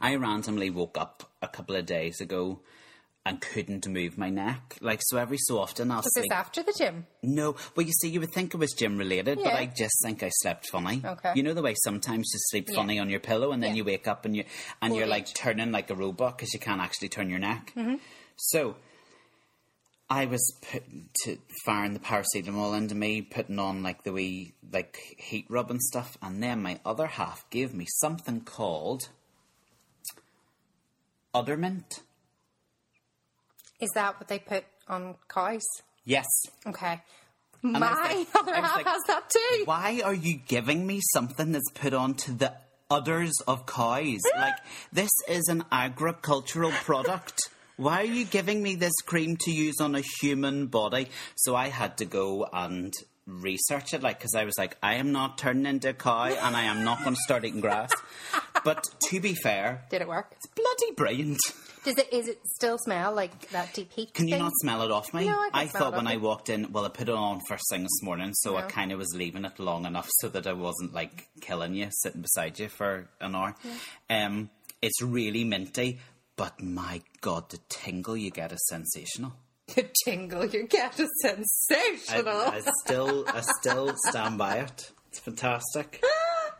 Speaker 1: I randomly woke up a couple of days ago and couldn't move my neck. Like, so every so often I'll
Speaker 2: This is
Speaker 1: sleep.
Speaker 2: after the gym.
Speaker 1: No, well, you see, you would think it was gym related, but
Speaker 2: Yeah.
Speaker 1: I just think I slept funny.
Speaker 2: Okay.
Speaker 1: You know the way sometimes you sleep
Speaker 2: Yeah.
Speaker 1: funny on your pillow and then
Speaker 2: Yeah.
Speaker 1: you wake up and you and
Speaker 2: Poor
Speaker 1: you're like
Speaker 2: age. Mm-hmm.
Speaker 1: turning like a robot because you can't actually turn your neck. So I was put to firing the paracetamol into me, putting on like the wee like heat rub and stuff, and then my other half gave me something called uddermint.
Speaker 2: Is that what they put on cows?
Speaker 1: Yes.
Speaker 2: Okay.
Speaker 1: I was
Speaker 2: My
Speaker 1: like-
Speaker 2: other
Speaker 1: I was
Speaker 2: half
Speaker 1: like,
Speaker 2: has that too.
Speaker 1: Why are you giving me something that's put on to the udders of cows? like, this is an agricultural product. Why are you giving me this cream to use on a human body? So I had to go and research it, like, because I was like, I am not turning into a cow and I am not going to start eating grass. but to be fair,
Speaker 2: Did it work?
Speaker 1: bloody brilliant.
Speaker 2: Does it? Is it still smell like that deep heat?
Speaker 1: Can you
Speaker 2: thing?
Speaker 1: not smell it off me?
Speaker 2: No, I can smell
Speaker 1: thought
Speaker 2: it
Speaker 1: when
Speaker 2: off
Speaker 1: I
Speaker 2: you.
Speaker 1: walked in, well, I put it on first thing this morning, so I
Speaker 2: No.
Speaker 1: kind of was leaving it long enough so that I wasn't like killing you, sitting beside you for an hour. Um, it's really minty, but my god, the tingle you get is sensational.
Speaker 2: The tingle you get is
Speaker 1: I,
Speaker 2: sensational.
Speaker 1: I still, I still stand by it. It's fantastic.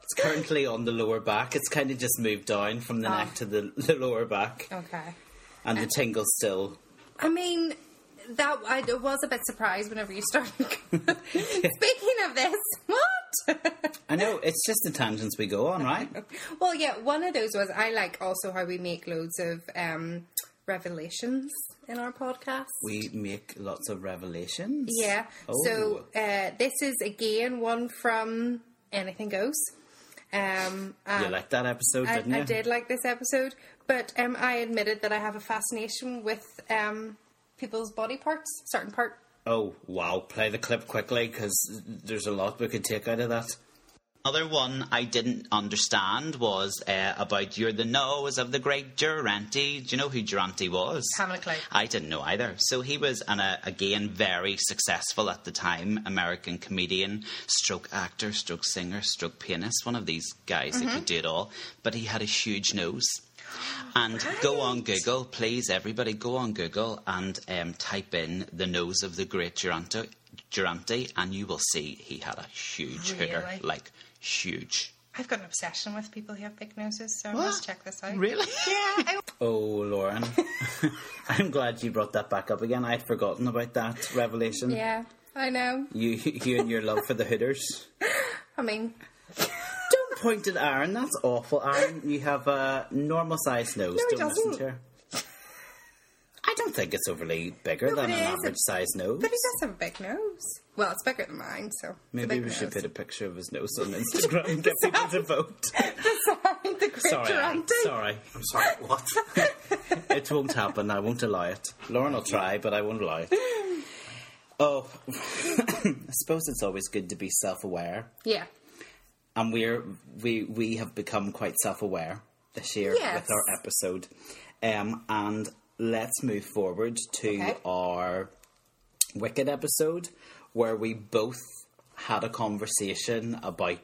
Speaker 1: It's currently on the lower back. It's kind of just moved down from the neck to the, the lower back,
Speaker 2: Oh. okay.
Speaker 1: and the tingle's still
Speaker 2: I mean, that I was a bit surprised whenever you started. Speaking of this, what?
Speaker 1: I know, it's just the tangents we go on, right?
Speaker 2: well, yeah, one of those was I like also how we make loads of um, revelations in our podcast.
Speaker 1: We make lots of revelations.
Speaker 2: Yeah.
Speaker 1: Oh.
Speaker 2: So uh, this is again one from Anything Goes. Um,
Speaker 1: you
Speaker 2: and
Speaker 1: liked that episode,
Speaker 2: I,
Speaker 1: didn't you?
Speaker 2: I did like this episode, but um, I admitted that I have a fascination with um, people's body parts, certain part.
Speaker 1: Oh wow! Play the clip quickly because there's a lot we could take out of that. Another one I didn't understand was uh, about you're the nose of the great Durante. Do you know who Durante was?
Speaker 4: Haven't a clue.
Speaker 1: I didn't know either. So he was an, uh, again very successful at the time American comedian, stroke actor, stroke singer, stroke pianist, one of these guys
Speaker 2: Mm-hmm.
Speaker 1: that could do it all. But he had a huge nose. And go on Google, please, everybody, go on Google and um, type in the nose of the great Durante, Durante and you will see he had a
Speaker 2: Oh,
Speaker 1: huge hooter,
Speaker 4: Really?
Speaker 1: like huge.
Speaker 4: I've got an obsession with people who have big noses, so
Speaker 1: What?
Speaker 4: let's check this out.
Speaker 1: Really?
Speaker 4: Yeah, I
Speaker 1: Oh, Lauren. I'm glad you brought that back up again. I'd forgotten about that revelation.
Speaker 2: Yeah, I know.
Speaker 1: You, you and your love for the Hooters.
Speaker 2: I mean,
Speaker 1: Don't point at Aaron. That's awful, Aaron. You have a normal sized nose.
Speaker 2: No, he
Speaker 1: Don't listen
Speaker 2: doesn't.
Speaker 1: to her. I don't think it's overly bigger
Speaker 2: No,
Speaker 1: than an
Speaker 2: but it is a-
Speaker 1: average sized nose.
Speaker 2: but he does have a big nose. Well, it's bigger than mine, so it's a
Speaker 1: Maybe
Speaker 2: big
Speaker 1: we should
Speaker 2: nose.
Speaker 1: put a picture of his nose on Instagram and get people to vote.
Speaker 2: the great
Speaker 1: Sorry, Aaron.
Speaker 2: Durante.
Speaker 1: Sorry.
Speaker 3: I'm sorry, what?
Speaker 1: It won't happen. I won't allow it. Lauren will try, but I won't allow it. Oh, I suppose it's always good to be self aware.
Speaker 2: Yeah,
Speaker 1: and we're we we have become quite self-aware this year
Speaker 2: Yes.
Speaker 1: with our episode um and let's move forward to
Speaker 2: Okay.
Speaker 1: our wicked episode where we both had a conversation about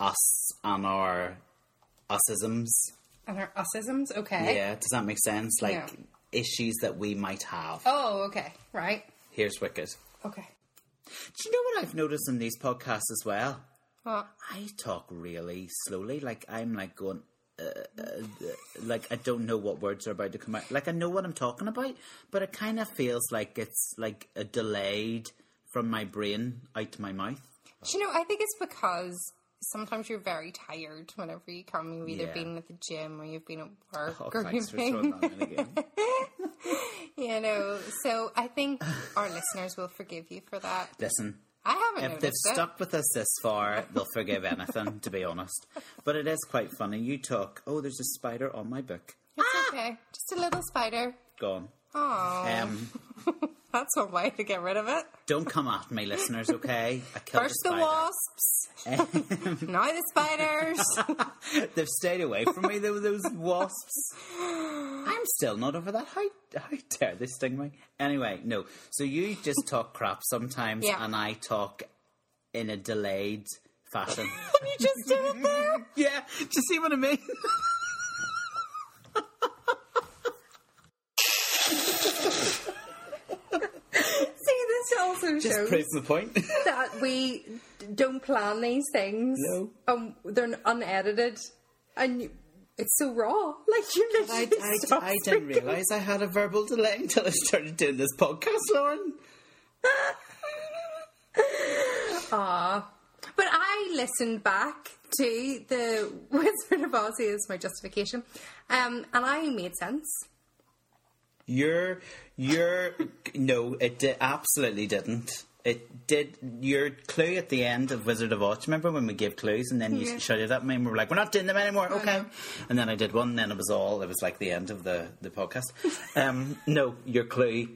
Speaker 1: us and our usisms
Speaker 2: and her usisms. Okay.
Speaker 1: yeah does that make sense like
Speaker 2: Yeah.
Speaker 1: issues that we might have
Speaker 2: Oh, okay. Right.
Speaker 1: here's wicked
Speaker 2: Okay.
Speaker 1: do you know what i've noticed in these podcasts as well
Speaker 2: Well,
Speaker 1: I talk really slowly. Like I'm like going, uh, uh, uh, like I don't know what words are about to come out. Like I know what I'm talking about, but it kind of feels like it's like a delayed from my brain out to my mouth.
Speaker 2: Do you know, I think it's because sometimes you're very tired whenever you come. You've either
Speaker 1: Yeah.
Speaker 2: been at the gym or you've been at work
Speaker 1: Oh,
Speaker 2: or
Speaker 1: thanks
Speaker 2: you've
Speaker 1: for throwing
Speaker 2: been,
Speaker 1: that in again.
Speaker 2: you know. So I think our listeners will forgive you for that.
Speaker 1: Listen.
Speaker 2: I haven't
Speaker 1: If they've
Speaker 2: noticed it.
Speaker 1: stuck with us this far, they'll forgive anything, to be honest. But it is quite funny. You talk, oh, there's a spider on my book.
Speaker 2: It's okay. Just a little spider.
Speaker 1: Gone.
Speaker 2: Oh,
Speaker 1: Um,
Speaker 2: that's one way to get rid of it.
Speaker 1: don't come at me, listeners, okay? I killed
Speaker 2: First
Speaker 1: a
Speaker 2: the
Speaker 1: spider.
Speaker 2: wasps, now the spiders.
Speaker 1: They've stayed away from me. They were those wasps. I'm still not over that. How how dare they sting me? Anyway, no. So you just talk crap sometimes,
Speaker 2: Yeah.
Speaker 1: and I talk in a delayed fashion.
Speaker 2: you just did it there.
Speaker 1: yeah, do you see what I mean?
Speaker 2: See, this also
Speaker 1: Just
Speaker 2: shows
Speaker 1: proves the point.
Speaker 2: that we don't plan these things.
Speaker 1: No.
Speaker 2: Um, they're unedited, and you, it's so raw. Like you
Speaker 1: I,
Speaker 2: literally.
Speaker 1: I,
Speaker 2: stop
Speaker 1: I didn't
Speaker 2: speaking.
Speaker 1: realise I had a verbal delay until I started doing this podcast, Lauren.
Speaker 2: But I listened back to the Wizard of Oz as my justification, um, and I made sense.
Speaker 1: Your, your, no, it di- absolutely didn't. It did. Your clue at the end of Wizard of Oz. Remember when we gave clues and then you
Speaker 2: Yeah. Oh,
Speaker 1: shouted at me and we were like, "We're not doing them anymore." Okay.
Speaker 2: know.
Speaker 1: And then I did one. And then it was all. It was like the end of the the podcast. um, no, your clue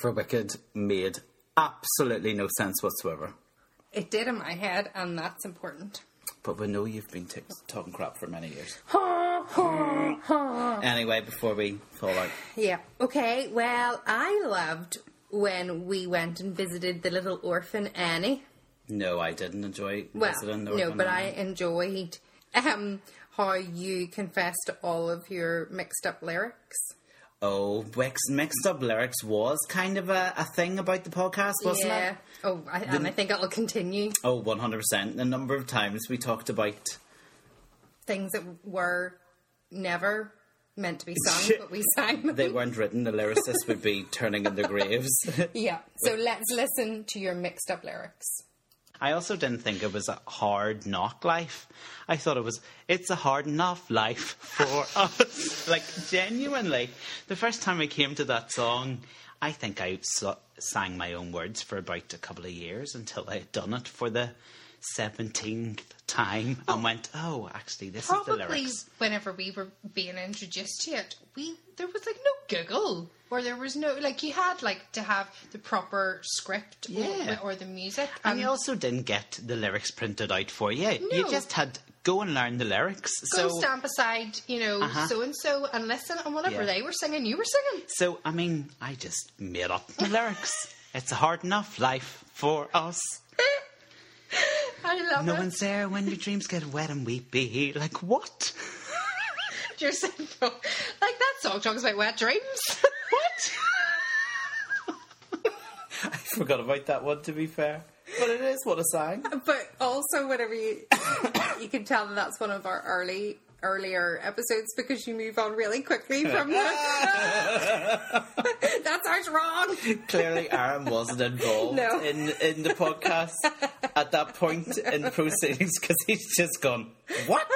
Speaker 1: for Wicked made absolutely no sense whatsoever.
Speaker 2: It did in my head, and that's important.
Speaker 1: But we know you've been t- talking crap for many years. Anyway, before we fall out,
Speaker 2: Yeah. Okay. Well, I loved when we went and visited the little orphan Annie.
Speaker 1: no, I didn't enjoy
Speaker 2: Well,
Speaker 1: visiting the
Speaker 2: no,
Speaker 1: Orphan
Speaker 2: but I
Speaker 1: Island.
Speaker 2: enjoyed um, how you confessed to all of your mixed up lyrics.
Speaker 1: Oh, mixed, mixed up lyrics was kind of a, a thing about the podcast, wasn't
Speaker 2: yeah.
Speaker 1: it?
Speaker 2: Oh, I, and I think it'll continue.
Speaker 1: Oh, 100%. The number of times we talked about.
Speaker 2: Things that were never meant to be sung, but we sang. them.
Speaker 1: They weren't written, the lyricists would be turning in their graves.
Speaker 2: Yeah. So let's listen to your mixed up lyrics.
Speaker 1: I also didn't think it was a hard knock life. I thought it was, it's a hard enough life for us. like, genuinely, the first time I came to that song, I think I so- sang my own words for about a couple of years until I had done it for the 17th time and went, oh, actually, this is the
Speaker 4: Probably
Speaker 1: lyrics.
Speaker 4: whenever we were being introduced to it, we there was like no Google or there was no like you had like to have the proper script
Speaker 1: Yeah.
Speaker 4: or, or the music. Um,
Speaker 1: And you also didn't get the lyrics printed out for you. You
Speaker 4: No.
Speaker 1: just had go and learn the lyrics.
Speaker 4: go
Speaker 1: so
Speaker 4: stand beside, you know, so and so and listen. And whenever
Speaker 1: Uh-huh. Yeah.
Speaker 4: they were singing, you were singing.
Speaker 1: So, I mean, I just made up the lyrics. It's a hard enough life for us.
Speaker 4: I love
Speaker 1: No
Speaker 4: it.
Speaker 1: one's there when your dreams get wet and weepy. Like, what?
Speaker 4: You're saying, like that song talks about wet dreams. what?
Speaker 1: I forgot about that one, to be fair. But it is what a sang.
Speaker 2: But also, whenever you you can tell that that's one of our early earlier episodes because you move on really quickly from the. that's ours wrong.
Speaker 1: Clearly, Aaron wasn't involved
Speaker 2: No.
Speaker 1: in, in the podcast at that point in the proceedings because he's just gone, what?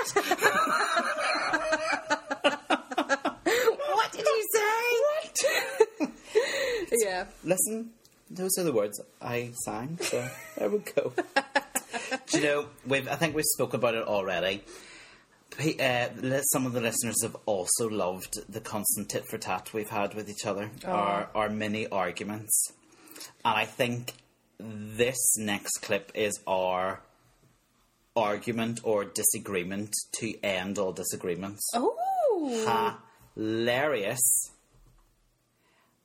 Speaker 2: What did you say? What? yeah.
Speaker 1: Listen, those are the words I sang, so there we go. Do you know, we've, I think we've spoken about it already. P- uh, li- some of the listeners have also loved the constant tit for tat we've had with each other, our, our mini arguments. And I think this next clip is our argument or disagreement to end all disagreements.
Speaker 2: Oh.
Speaker 1: Hilarious.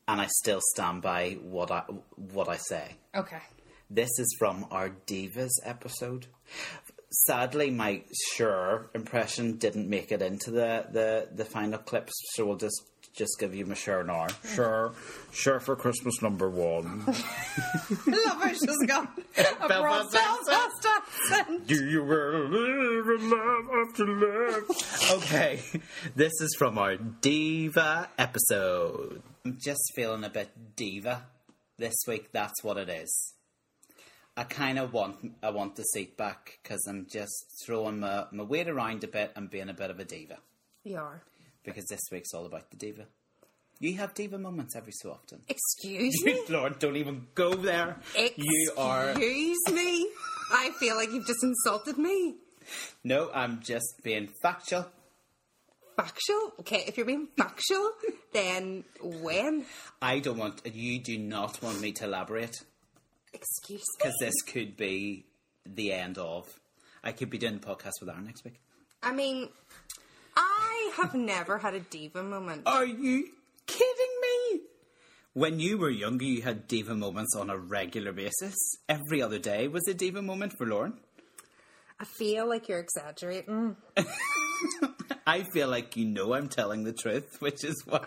Speaker 1: And I still stand by what I what I say.
Speaker 2: Okay.
Speaker 1: This is from our Divas episode. Sadly, my sure impression didn't make it into the, the, the final clips, so we'll just just give you my sure now. Sure, sure for Christmas number one.
Speaker 2: Love has just gone abroad
Speaker 1: Belfast
Speaker 2: Belfast accent.
Speaker 1: Do you believe in love after love? okay, this is from our diva episode. I'm just feeling a bit diva this week. That's what it is. I kind of want I want the seat back because I'm just throwing my, my weight around a bit and being a bit of a diva
Speaker 2: You are.
Speaker 1: because this week's all about the diva. You have diva moments every so often.
Speaker 2: Excuse me.
Speaker 1: Lord, don't even go there.
Speaker 2: Excuse
Speaker 1: you are
Speaker 2: me. I feel like you've just insulted me.
Speaker 1: no. I'm just being factual.
Speaker 2: Factual? Okay, if you're being factual, then when?
Speaker 1: I don't want, you do not want me to elaborate
Speaker 2: Excuse me.
Speaker 1: because this could be the end of. I could be doing the podcast with Aaron next week.
Speaker 2: I mean, I have never had a diva moment.
Speaker 1: Are you kidding me? When you were younger, you had diva moments on a regular basis. Every other day was a diva moment for Lauren.
Speaker 2: I feel like you're exaggerating.
Speaker 1: I feel like you know I'm telling the truth, which is what.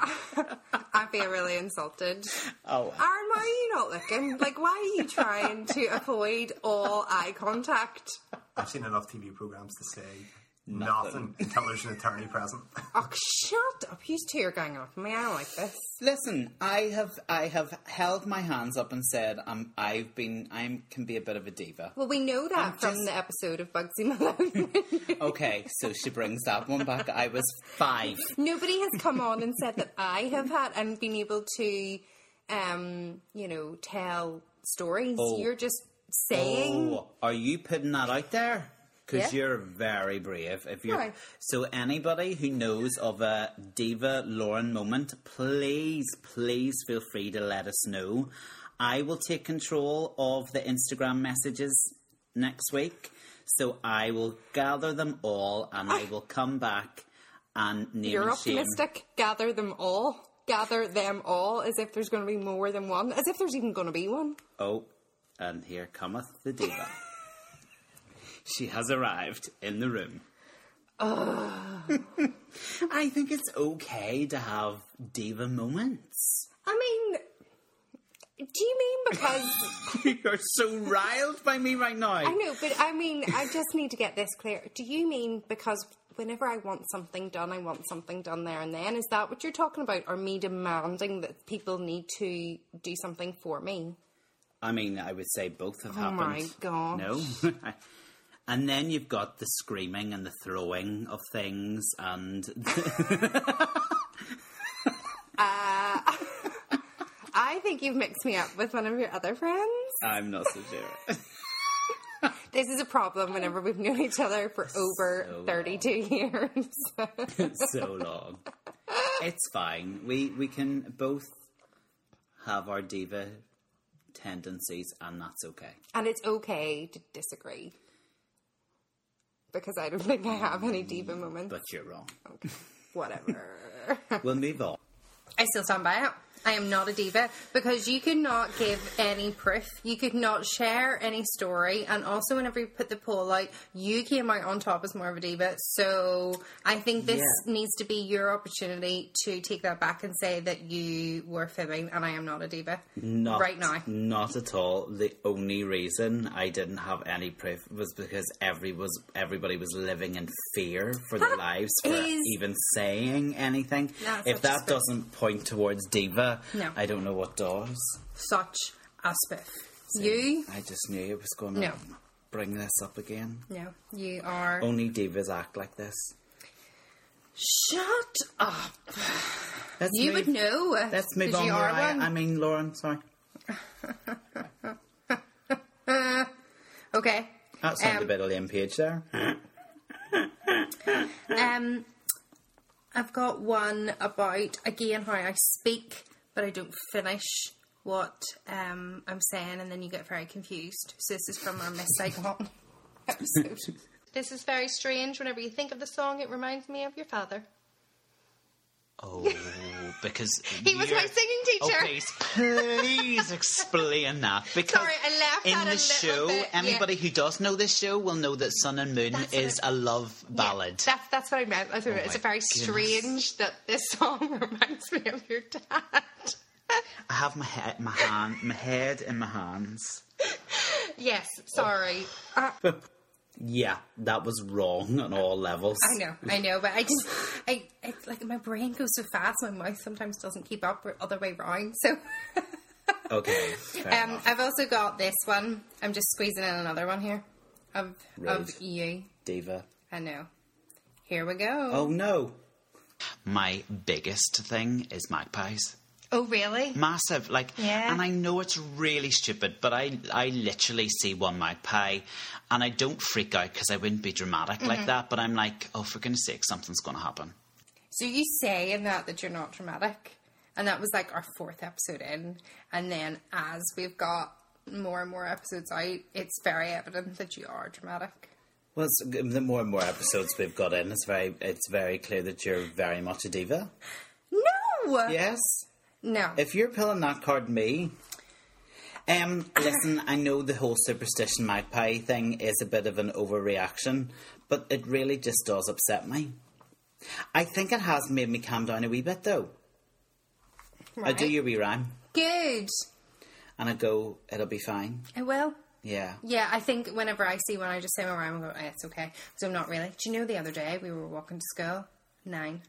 Speaker 2: I feel really insulted.
Speaker 1: Oh,
Speaker 2: Aaron, why are you not looking? Like, why are you trying to avoid all eye contact?
Speaker 3: I've seen enough TV programs to say nothing, until there's an attorney present.
Speaker 2: Oh, shut up. You two are going off me. I don't like this.
Speaker 1: listen. I have I have held my hands up and said um, I've been I can be a bit of a diva.
Speaker 2: Well, we know that from
Speaker 1: just-
Speaker 2: the episode of Bugsy Malone.
Speaker 1: Okay, so she brings that one back. I was five.
Speaker 2: Nobody has come on and said that I have had and been able to, um, you know, tell stories.
Speaker 1: Oh.
Speaker 2: You're just saying.
Speaker 1: Oh, are you putting that out there? Because
Speaker 2: Yeah.
Speaker 1: you're very brave. If you're
Speaker 2: Why?
Speaker 1: so, anybody who knows of a diva Lauren moment, please, please feel free to let us know. I will take control of the Instagram messages next week, so I will gather them all and I will come back and name
Speaker 2: Ah. You're
Speaker 1: and shame.
Speaker 2: optimistic. Gather them all. Gather them all as if there's going to be more than one, as if there's even going to be one.
Speaker 1: Oh, and here cometh the diva. she has arrived in the room.
Speaker 2: Ah.
Speaker 1: I think it's okay to have diva moments.
Speaker 2: I mean, do you mean because.
Speaker 1: You're so riled by me right now.
Speaker 2: I know, but I mean, I just need to get this clear. Do you mean because whenever I want something done, I want something done there and then? Is that what you're talking about? Or me demanding that people need to do something for me?
Speaker 1: I mean, I would say both have
Speaker 2: Oh
Speaker 1: happened.
Speaker 2: my gosh.
Speaker 1: No. and then you've got the screaming and the throwing of things and
Speaker 2: I think you've mixed me up with one of your other friends.
Speaker 1: I'm not so sure.
Speaker 2: This is a problem whenever we've known each other for over
Speaker 1: So
Speaker 2: 32 years.
Speaker 1: so long. It's fine. We we can both have our diva tendencies, and that's okay.
Speaker 2: and it's okay to disagree. Because I don't think I have any diva moments.
Speaker 1: But you're wrong.
Speaker 2: Whatever.
Speaker 1: We'll move on.
Speaker 2: I still stand by it. I am not a diva because you could not give any proof. You could not share any story. And also, whenever you put the poll out, you came out on top as more of a diva. So I think this
Speaker 1: Yeah.
Speaker 2: needs to be your opportunity to take that back and say that you were fibbing and I am not a diva.
Speaker 1: Not
Speaker 2: Right now.
Speaker 1: Not at all. The only reason I didn't have any proof was because every was everybody was living in fear for their lives for
Speaker 2: is-
Speaker 1: even saying anything.
Speaker 2: That's
Speaker 1: if
Speaker 2: such a
Speaker 1: that
Speaker 2: spoof.
Speaker 1: doesn't point towards diva,
Speaker 2: No.
Speaker 1: I don't know what does.
Speaker 2: Such a spiff. You?
Speaker 1: I just knew it was going to
Speaker 2: No.
Speaker 1: bring this up again.
Speaker 2: No. You are.
Speaker 1: Only divas act like this.
Speaker 2: Shut up.
Speaker 1: Let's
Speaker 2: You
Speaker 1: move,
Speaker 2: would know.
Speaker 1: Let's move
Speaker 2: 'cause
Speaker 1: on.
Speaker 2: you are
Speaker 1: Mariah.
Speaker 2: one.
Speaker 1: I mean, Lauren. Sorry.
Speaker 2: Okay.
Speaker 1: That sounded
Speaker 2: Um,
Speaker 1: a bit of Liam Page there.
Speaker 2: Um, I've got one about again how I speak, but I don't finish what um, I'm saying, and then you get very confused. So this is from our Miss Saigon episode.
Speaker 4: This is very strange. Whenever you think of the song, it reminds me of your father.
Speaker 1: Oh, because Oh,
Speaker 4: He was my singing teacher.
Speaker 1: please explain that. Because
Speaker 4: Sorry, I laughed
Speaker 1: in
Speaker 4: at
Speaker 1: the
Speaker 4: a
Speaker 1: show,
Speaker 4: little bit, yeah.
Speaker 1: anybody who does know this show will know that Sun and Moon
Speaker 4: That's what
Speaker 1: is a love ballad.
Speaker 4: Yeah, that's that's what I meant. I thought it's
Speaker 1: Oh my
Speaker 4: very
Speaker 1: goodness.
Speaker 4: strange that this song reminds me of your dad.
Speaker 1: I have my head, my hand, my head in my hands.
Speaker 4: yes, sorry.
Speaker 1: Yeah, that was wrong on all levels.
Speaker 2: I know, I know, but I just, I, I like my brain goes so fast, my mouth sometimes doesn't keep up, or other way round. So
Speaker 1: Okay. fair
Speaker 2: um,
Speaker 1: enough.
Speaker 2: I've also got this one. I'm just squeezing in another one here of
Speaker 1: Right.
Speaker 2: of you.
Speaker 1: Diva.
Speaker 2: I know. Here we go.
Speaker 1: Oh no. My biggest thing is magpies.
Speaker 4: Oh, really?
Speaker 1: Massive, like,
Speaker 4: Yeah.
Speaker 1: and I know it's really stupid, but I, I literally see one magpie, and I don't freak out because I wouldn't be dramatic like that. But I'm like, oh, for goodness' sake, something's going to happen.
Speaker 2: So you say in that that you're not dramatic, and that was like our fourth episode in, and then as we've got more and more episodes out, it's very evident that you are dramatic.
Speaker 1: Well, it's, the more and more episodes we've got in, it's very, it's very clear that you're very much a diva.
Speaker 2: No.
Speaker 1: Yes,
Speaker 2: No.
Speaker 1: if you're pulling that card, me. Um, listen, I know the whole superstition magpie thing is a bit of an overreaction, but it really just does upset me. I think it has made me calm down a wee bit, though. I do
Speaker 4: Right.
Speaker 1: your wee rhyme,
Speaker 2: Good.
Speaker 1: and I go, it'll be fine.
Speaker 2: I will.
Speaker 1: Yeah.
Speaker 2: Yeah, I think whenever I see one, I just say my rhyme and go, eh, it's okay. So I'm not really. Do you know the other day we were walking to school? Nine.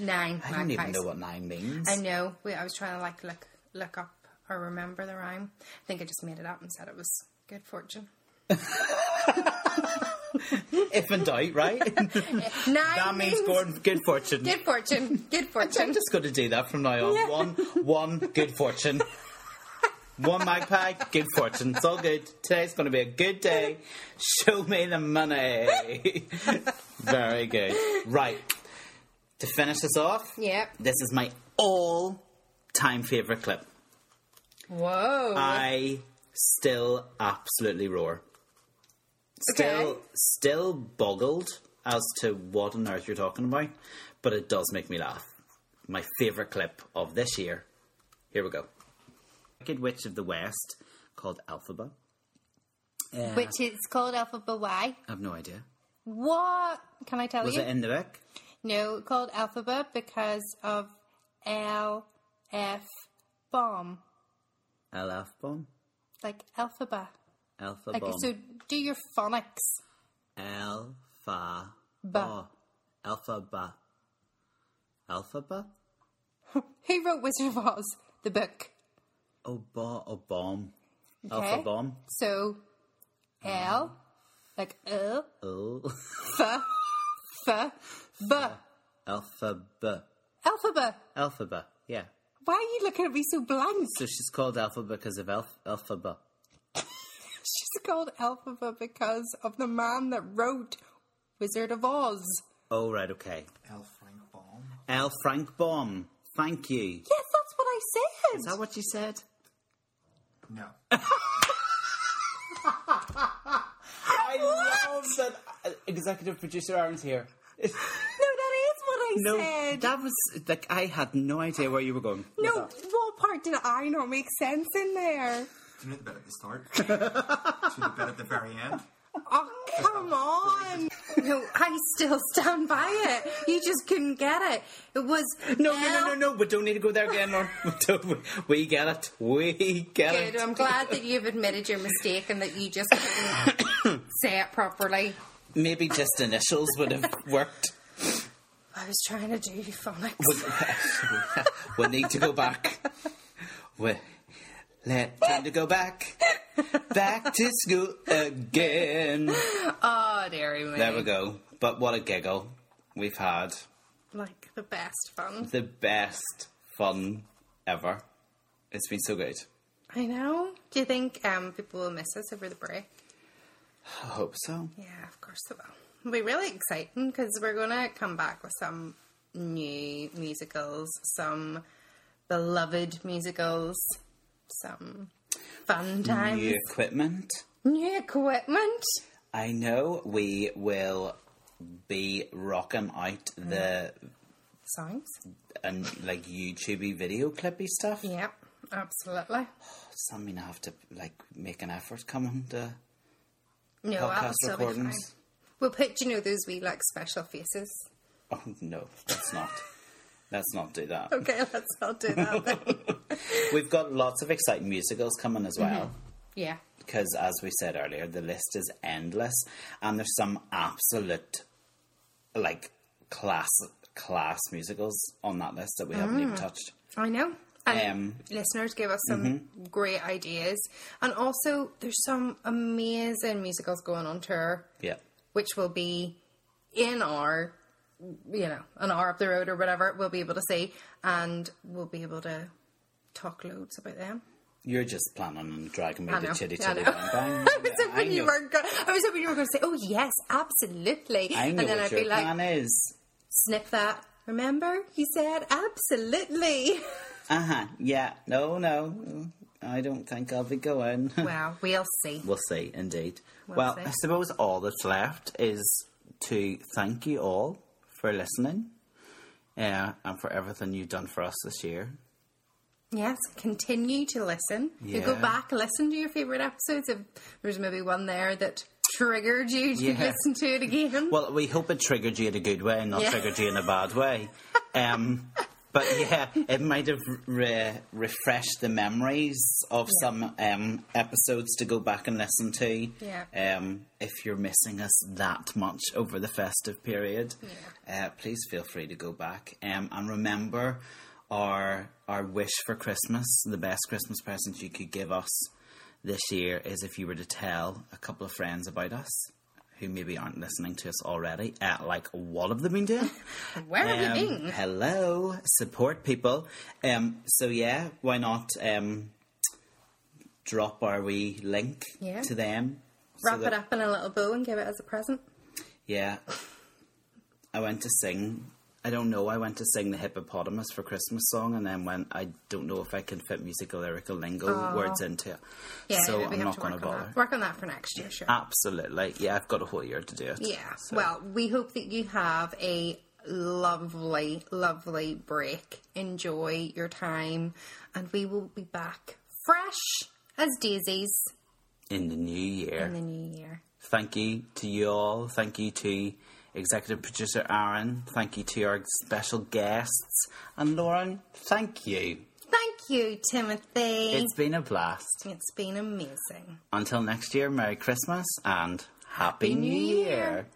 Speaker 2: Nine
Speaker 1: I don't even
Speaker 2: magpies.
Speaker 1: know what nine means.
Speaker 2: I know. We, I was trying to like look look up or remember the rhyme. I think I just made it up and said it was good fortune.
Speaker 1: if in doubt, right?
Speaker 2: Nine
Speaker 1: that means good, good fortune.
Speaker 2: good fortune. Good
Speaker 1: I'm
Speaker 2: fortune.
Speaker 1: just going to do that from now on.
Speaker 2: Yeah.
Speaker 1: One, one, good fortune. One magpie, good fortune. It's all good. Today's going to be a good day. Show me the money. Very good. Right. To finish this off,
Speaker 2: Yep.
Speaker 1: this is my all time favourite clip.
Speaker 2: Whoa.
Speaker 1: Uh, I still absolutely roar. Still,
Speaker 2: Okay.
Speaker 1: still boggled as to what on earth you're talking about, but it does make me laugh. My favorite clip of this year. Here we go. Wicked Witch of the West called Alphaba.
Speaker 2: Which is called Alphabet Y.
Speaker 1: I have no idea.
Speaker 2: What can I tell
Speaker 1: Was
Speaker 2: you?
Speaker 1: it in the book?
Speaker 2: No, called Alphabet because of L F bomb.
Speaker 1: Alpha bomb.
Speaker 2: Like alphabet.
Speaker 1: Alpha
Speaker 2: Like
Speaker 1: bomb.
Speaker 2: so do your phonics.
Speaker 1: Alpha. Oh,
Speaker 2: Ba.
Speaker 1: Alphaba. Alphaba.
Speaker 2: Who wrote Wizard of Oz? The book.
Speaker 1: Oh, ba. Oh, bomb.
Speaker 2: Okay.
Speaker 1: Alpha bomb.
Speaker 2: So
Speaker 1: Uh.
Speaker 2: L like uh, L
Speaker 1: Oh.
Speaker 2: F B
Speaker 1: Alphaba.
Speaker 2: Alphabet.
Speaker 1: Alphaba, yeah.
Speaker 2: Why are you looking at me so blank?
Speaker 1: So she's called Alphaba because of Alph- Alphaba.
Speaker 2: She's called Alphabet because of the man that wrote Wizard of Oz.
Speaker 1: Oh, right, okay.
Speaker 3: L. Frank Baum.
Speaker 1: L. Frank Baum. Thank you.
Speaker 2: Yes, that's what I said.
Speaker 1: Is that what you said?
Speaker 3: No.
Speaker 1: I love that uh, executive producer Aaron's here.
Speaker 2: No, that is what I
Speaker 1: No,
Speaker 2: said.
Speaker 1: that was like I had no idea where you were going. with
Speaker 2: no,
Speaker 1: that.
Speaker 2: what part did I not make sense in there?
Speaker 3: Do you know the bit at the start? Do you know the bit at the very end?
Speaker 2: Oh, come on. No, I still stand by it. You just couldn't get it. It was
Speaker 1: No, no, no, no, no. We don't need to go there again. Or we, don't- we get it. We get
Speaker 2: Good.
Speaker 1: it.
Speaker 2: I'm glad that you've admitted your mistake and that you just couldn't say it properly.
Speaker 1: Maybe just initials would have worked.
Speaker 2: I was trying to do phonics.
Speaker 1: we need to go back. We let time to go back, back to school again.
Speaker 2: Oh, dearie me.
Speaker 1: There we go. But what a giggle we've had!
Speaker 2: Like the best fun.
Speaker 1: The best fun ever. It's been so good.
Speaker 2: I know. Do you think um, people will miss us over the break?
Speaker 1: I hope so.
Speaker 2: Yeah, of course they will. It'll be really exciting because we're going to come back with some new musicals, some beloved musicals, some fun times,
Speaker 1: New equipment.
Speaker 2: new equipment.
Speaker 1: I know we will be rocking out the
Speaker 2: Songs.
Speaker 1: and like YouTubey video clippy stuff.
Speaker 2: Yep, absolutely.
Speaker 1: So I'm gonna have to like make an effort coming to
Speaker 2: No,
Speaker 1: podcast
Speaker 2: that'll still be fine.
Speaker 1: recordings.
Speaker 2: We'll put, you know, those wee like special faces.
Speaker 1: Oh no, let's not. let's not do that.
Speaker 2: Okay, let's not do that then.
Speaker 1: We've got lots of exciting musicals coming as well.
Speaker 2: Mm-hmm. yeah.
Speaker 1: Because as we said earlier, the list is endless, and there's some absolute like class class musicals on that list that we haven't even touched.
Speaker 2: Mm. I know. And
Speaker 1: Um,
Speaker 2: listeners gave us some
Speaker 1: Mm-hmm.
Speaker 2: great ideas. And also, there's some amazing musicals going on tour,
Speaker 1: Yeah,
Speaker 2: which will be in our, you know, an hour up the road or whatever, we'll be able to see. And we'll be able to talk loads about them.
Speaker 1: you're just planning on dragging me
Speaker 2: I know.
Speaker 1: to chitty
Speaker 2: I
Speaker 1: chitty
Speaker 2: know.
Speaker 1: bang bang.
Speaker 2: I was
Speaker 1: Yeah,
Speaker 2: hoping you
Speaker 1: know-
Speaker 2: were going. I was hoping you were going to say, "Oh yes, absolutely,"
Speaker 1: I
Speaker 2: and
Speaker 1: know
Speaker 2: then
Speaker 1: what
Speaker 2: I'd
Speaker 1: your
Speaker 2: be like,
Speaker 1: plan is.
Speaker 2: "Snip that." Remember, he said, "Absolutely."
Speaker 1: Uh huh. Yeah. No. No. I don't think I'll be going.
Speaker 2: well, we'll see.
Speaker 1: We'll see, indeed. well,
Speaker 2: see.
Speaker 1: I suppose all that's left is to thank you all for listening uh, and for everything you've done for us this year.
Speaker 2: Yes, continue to listen. You go
Speaker 1: Yeah.
Speaker 2: back, listen to your favourite episodes. If there's maybe one there that triggered you to
Speaker 1: Yeah.
Speaker 2: listen to it again.
Speaker 1: Well, we hope it triggered you in a good way and not
Speaker 2: Yeah.
Speaker 1: triggered you in a bad way. Um, but yeah, it might have re- refreshed the memories of some um, episodes to go back and listen to.
Speaker 2: Yeah.
Speaker 1: Um, if you're missing us that much over the festive period, uh, please feel free to go back um, and remember our our wish for Christmas. The best Christmas present you could give us this year is if you were to tell a couple of friends about us who maybe aren't listening to us already. Uh, like, what have they been doing?
Speaker 2: Where have you
Speaker 1: Um,
Speaker 2: been?
Speaker 1: Hello, support people. Um, so yeah, why not um, drop our wee link
Speaker 2: Yeah.
Speaker 1: to them? so
Speaker 2: Wrap
Speaker 1: that-
Speaker 2: it up in a little bow and give it as a present.
Speaker 1: Yeah, I went to sing. I don't know. I went to sing the hippopotamus for Christmas song, and then went. I don't know if I can fit musical lyrical lingo words into it,
Speaker 2: Yeah,
Speaker 1: so
Speaker 2: we
Speaker 1: I'm
Speaker 2: have
Speaker 1: not
Speaker 2: to
Speaker 1: going
Speaker 2: work
Speaker 1: to
Speaker 2: on
Speaker 1: bother.
Speaker 2: that. Work on that for next year, sure.
Speaker 1: Absolutely, yeah. I've got a whole year to do it.
Speaker 2: Yeah.
Speaker 1: So-
Speaker 2: Well, we hope that you have a lovely, lovely break. Enjoy your time, and we will be back fresh as daisies
Speaker 1: in the new year.
Speaker 2: in the new year.
Speaker 1: Thank you to you all. Thank you to executive producer Aaron. Thank you to our special guests. And Lauren, thank you.
Speaker 2: Thank you, Timothy.
Speaker 1: It's been a blast.
Speaker 2: it's been amazing.
Speaker 1: Until next year, Merry Christmas and Happy, New
Speaker 2: New Year.
Speaker 1: year.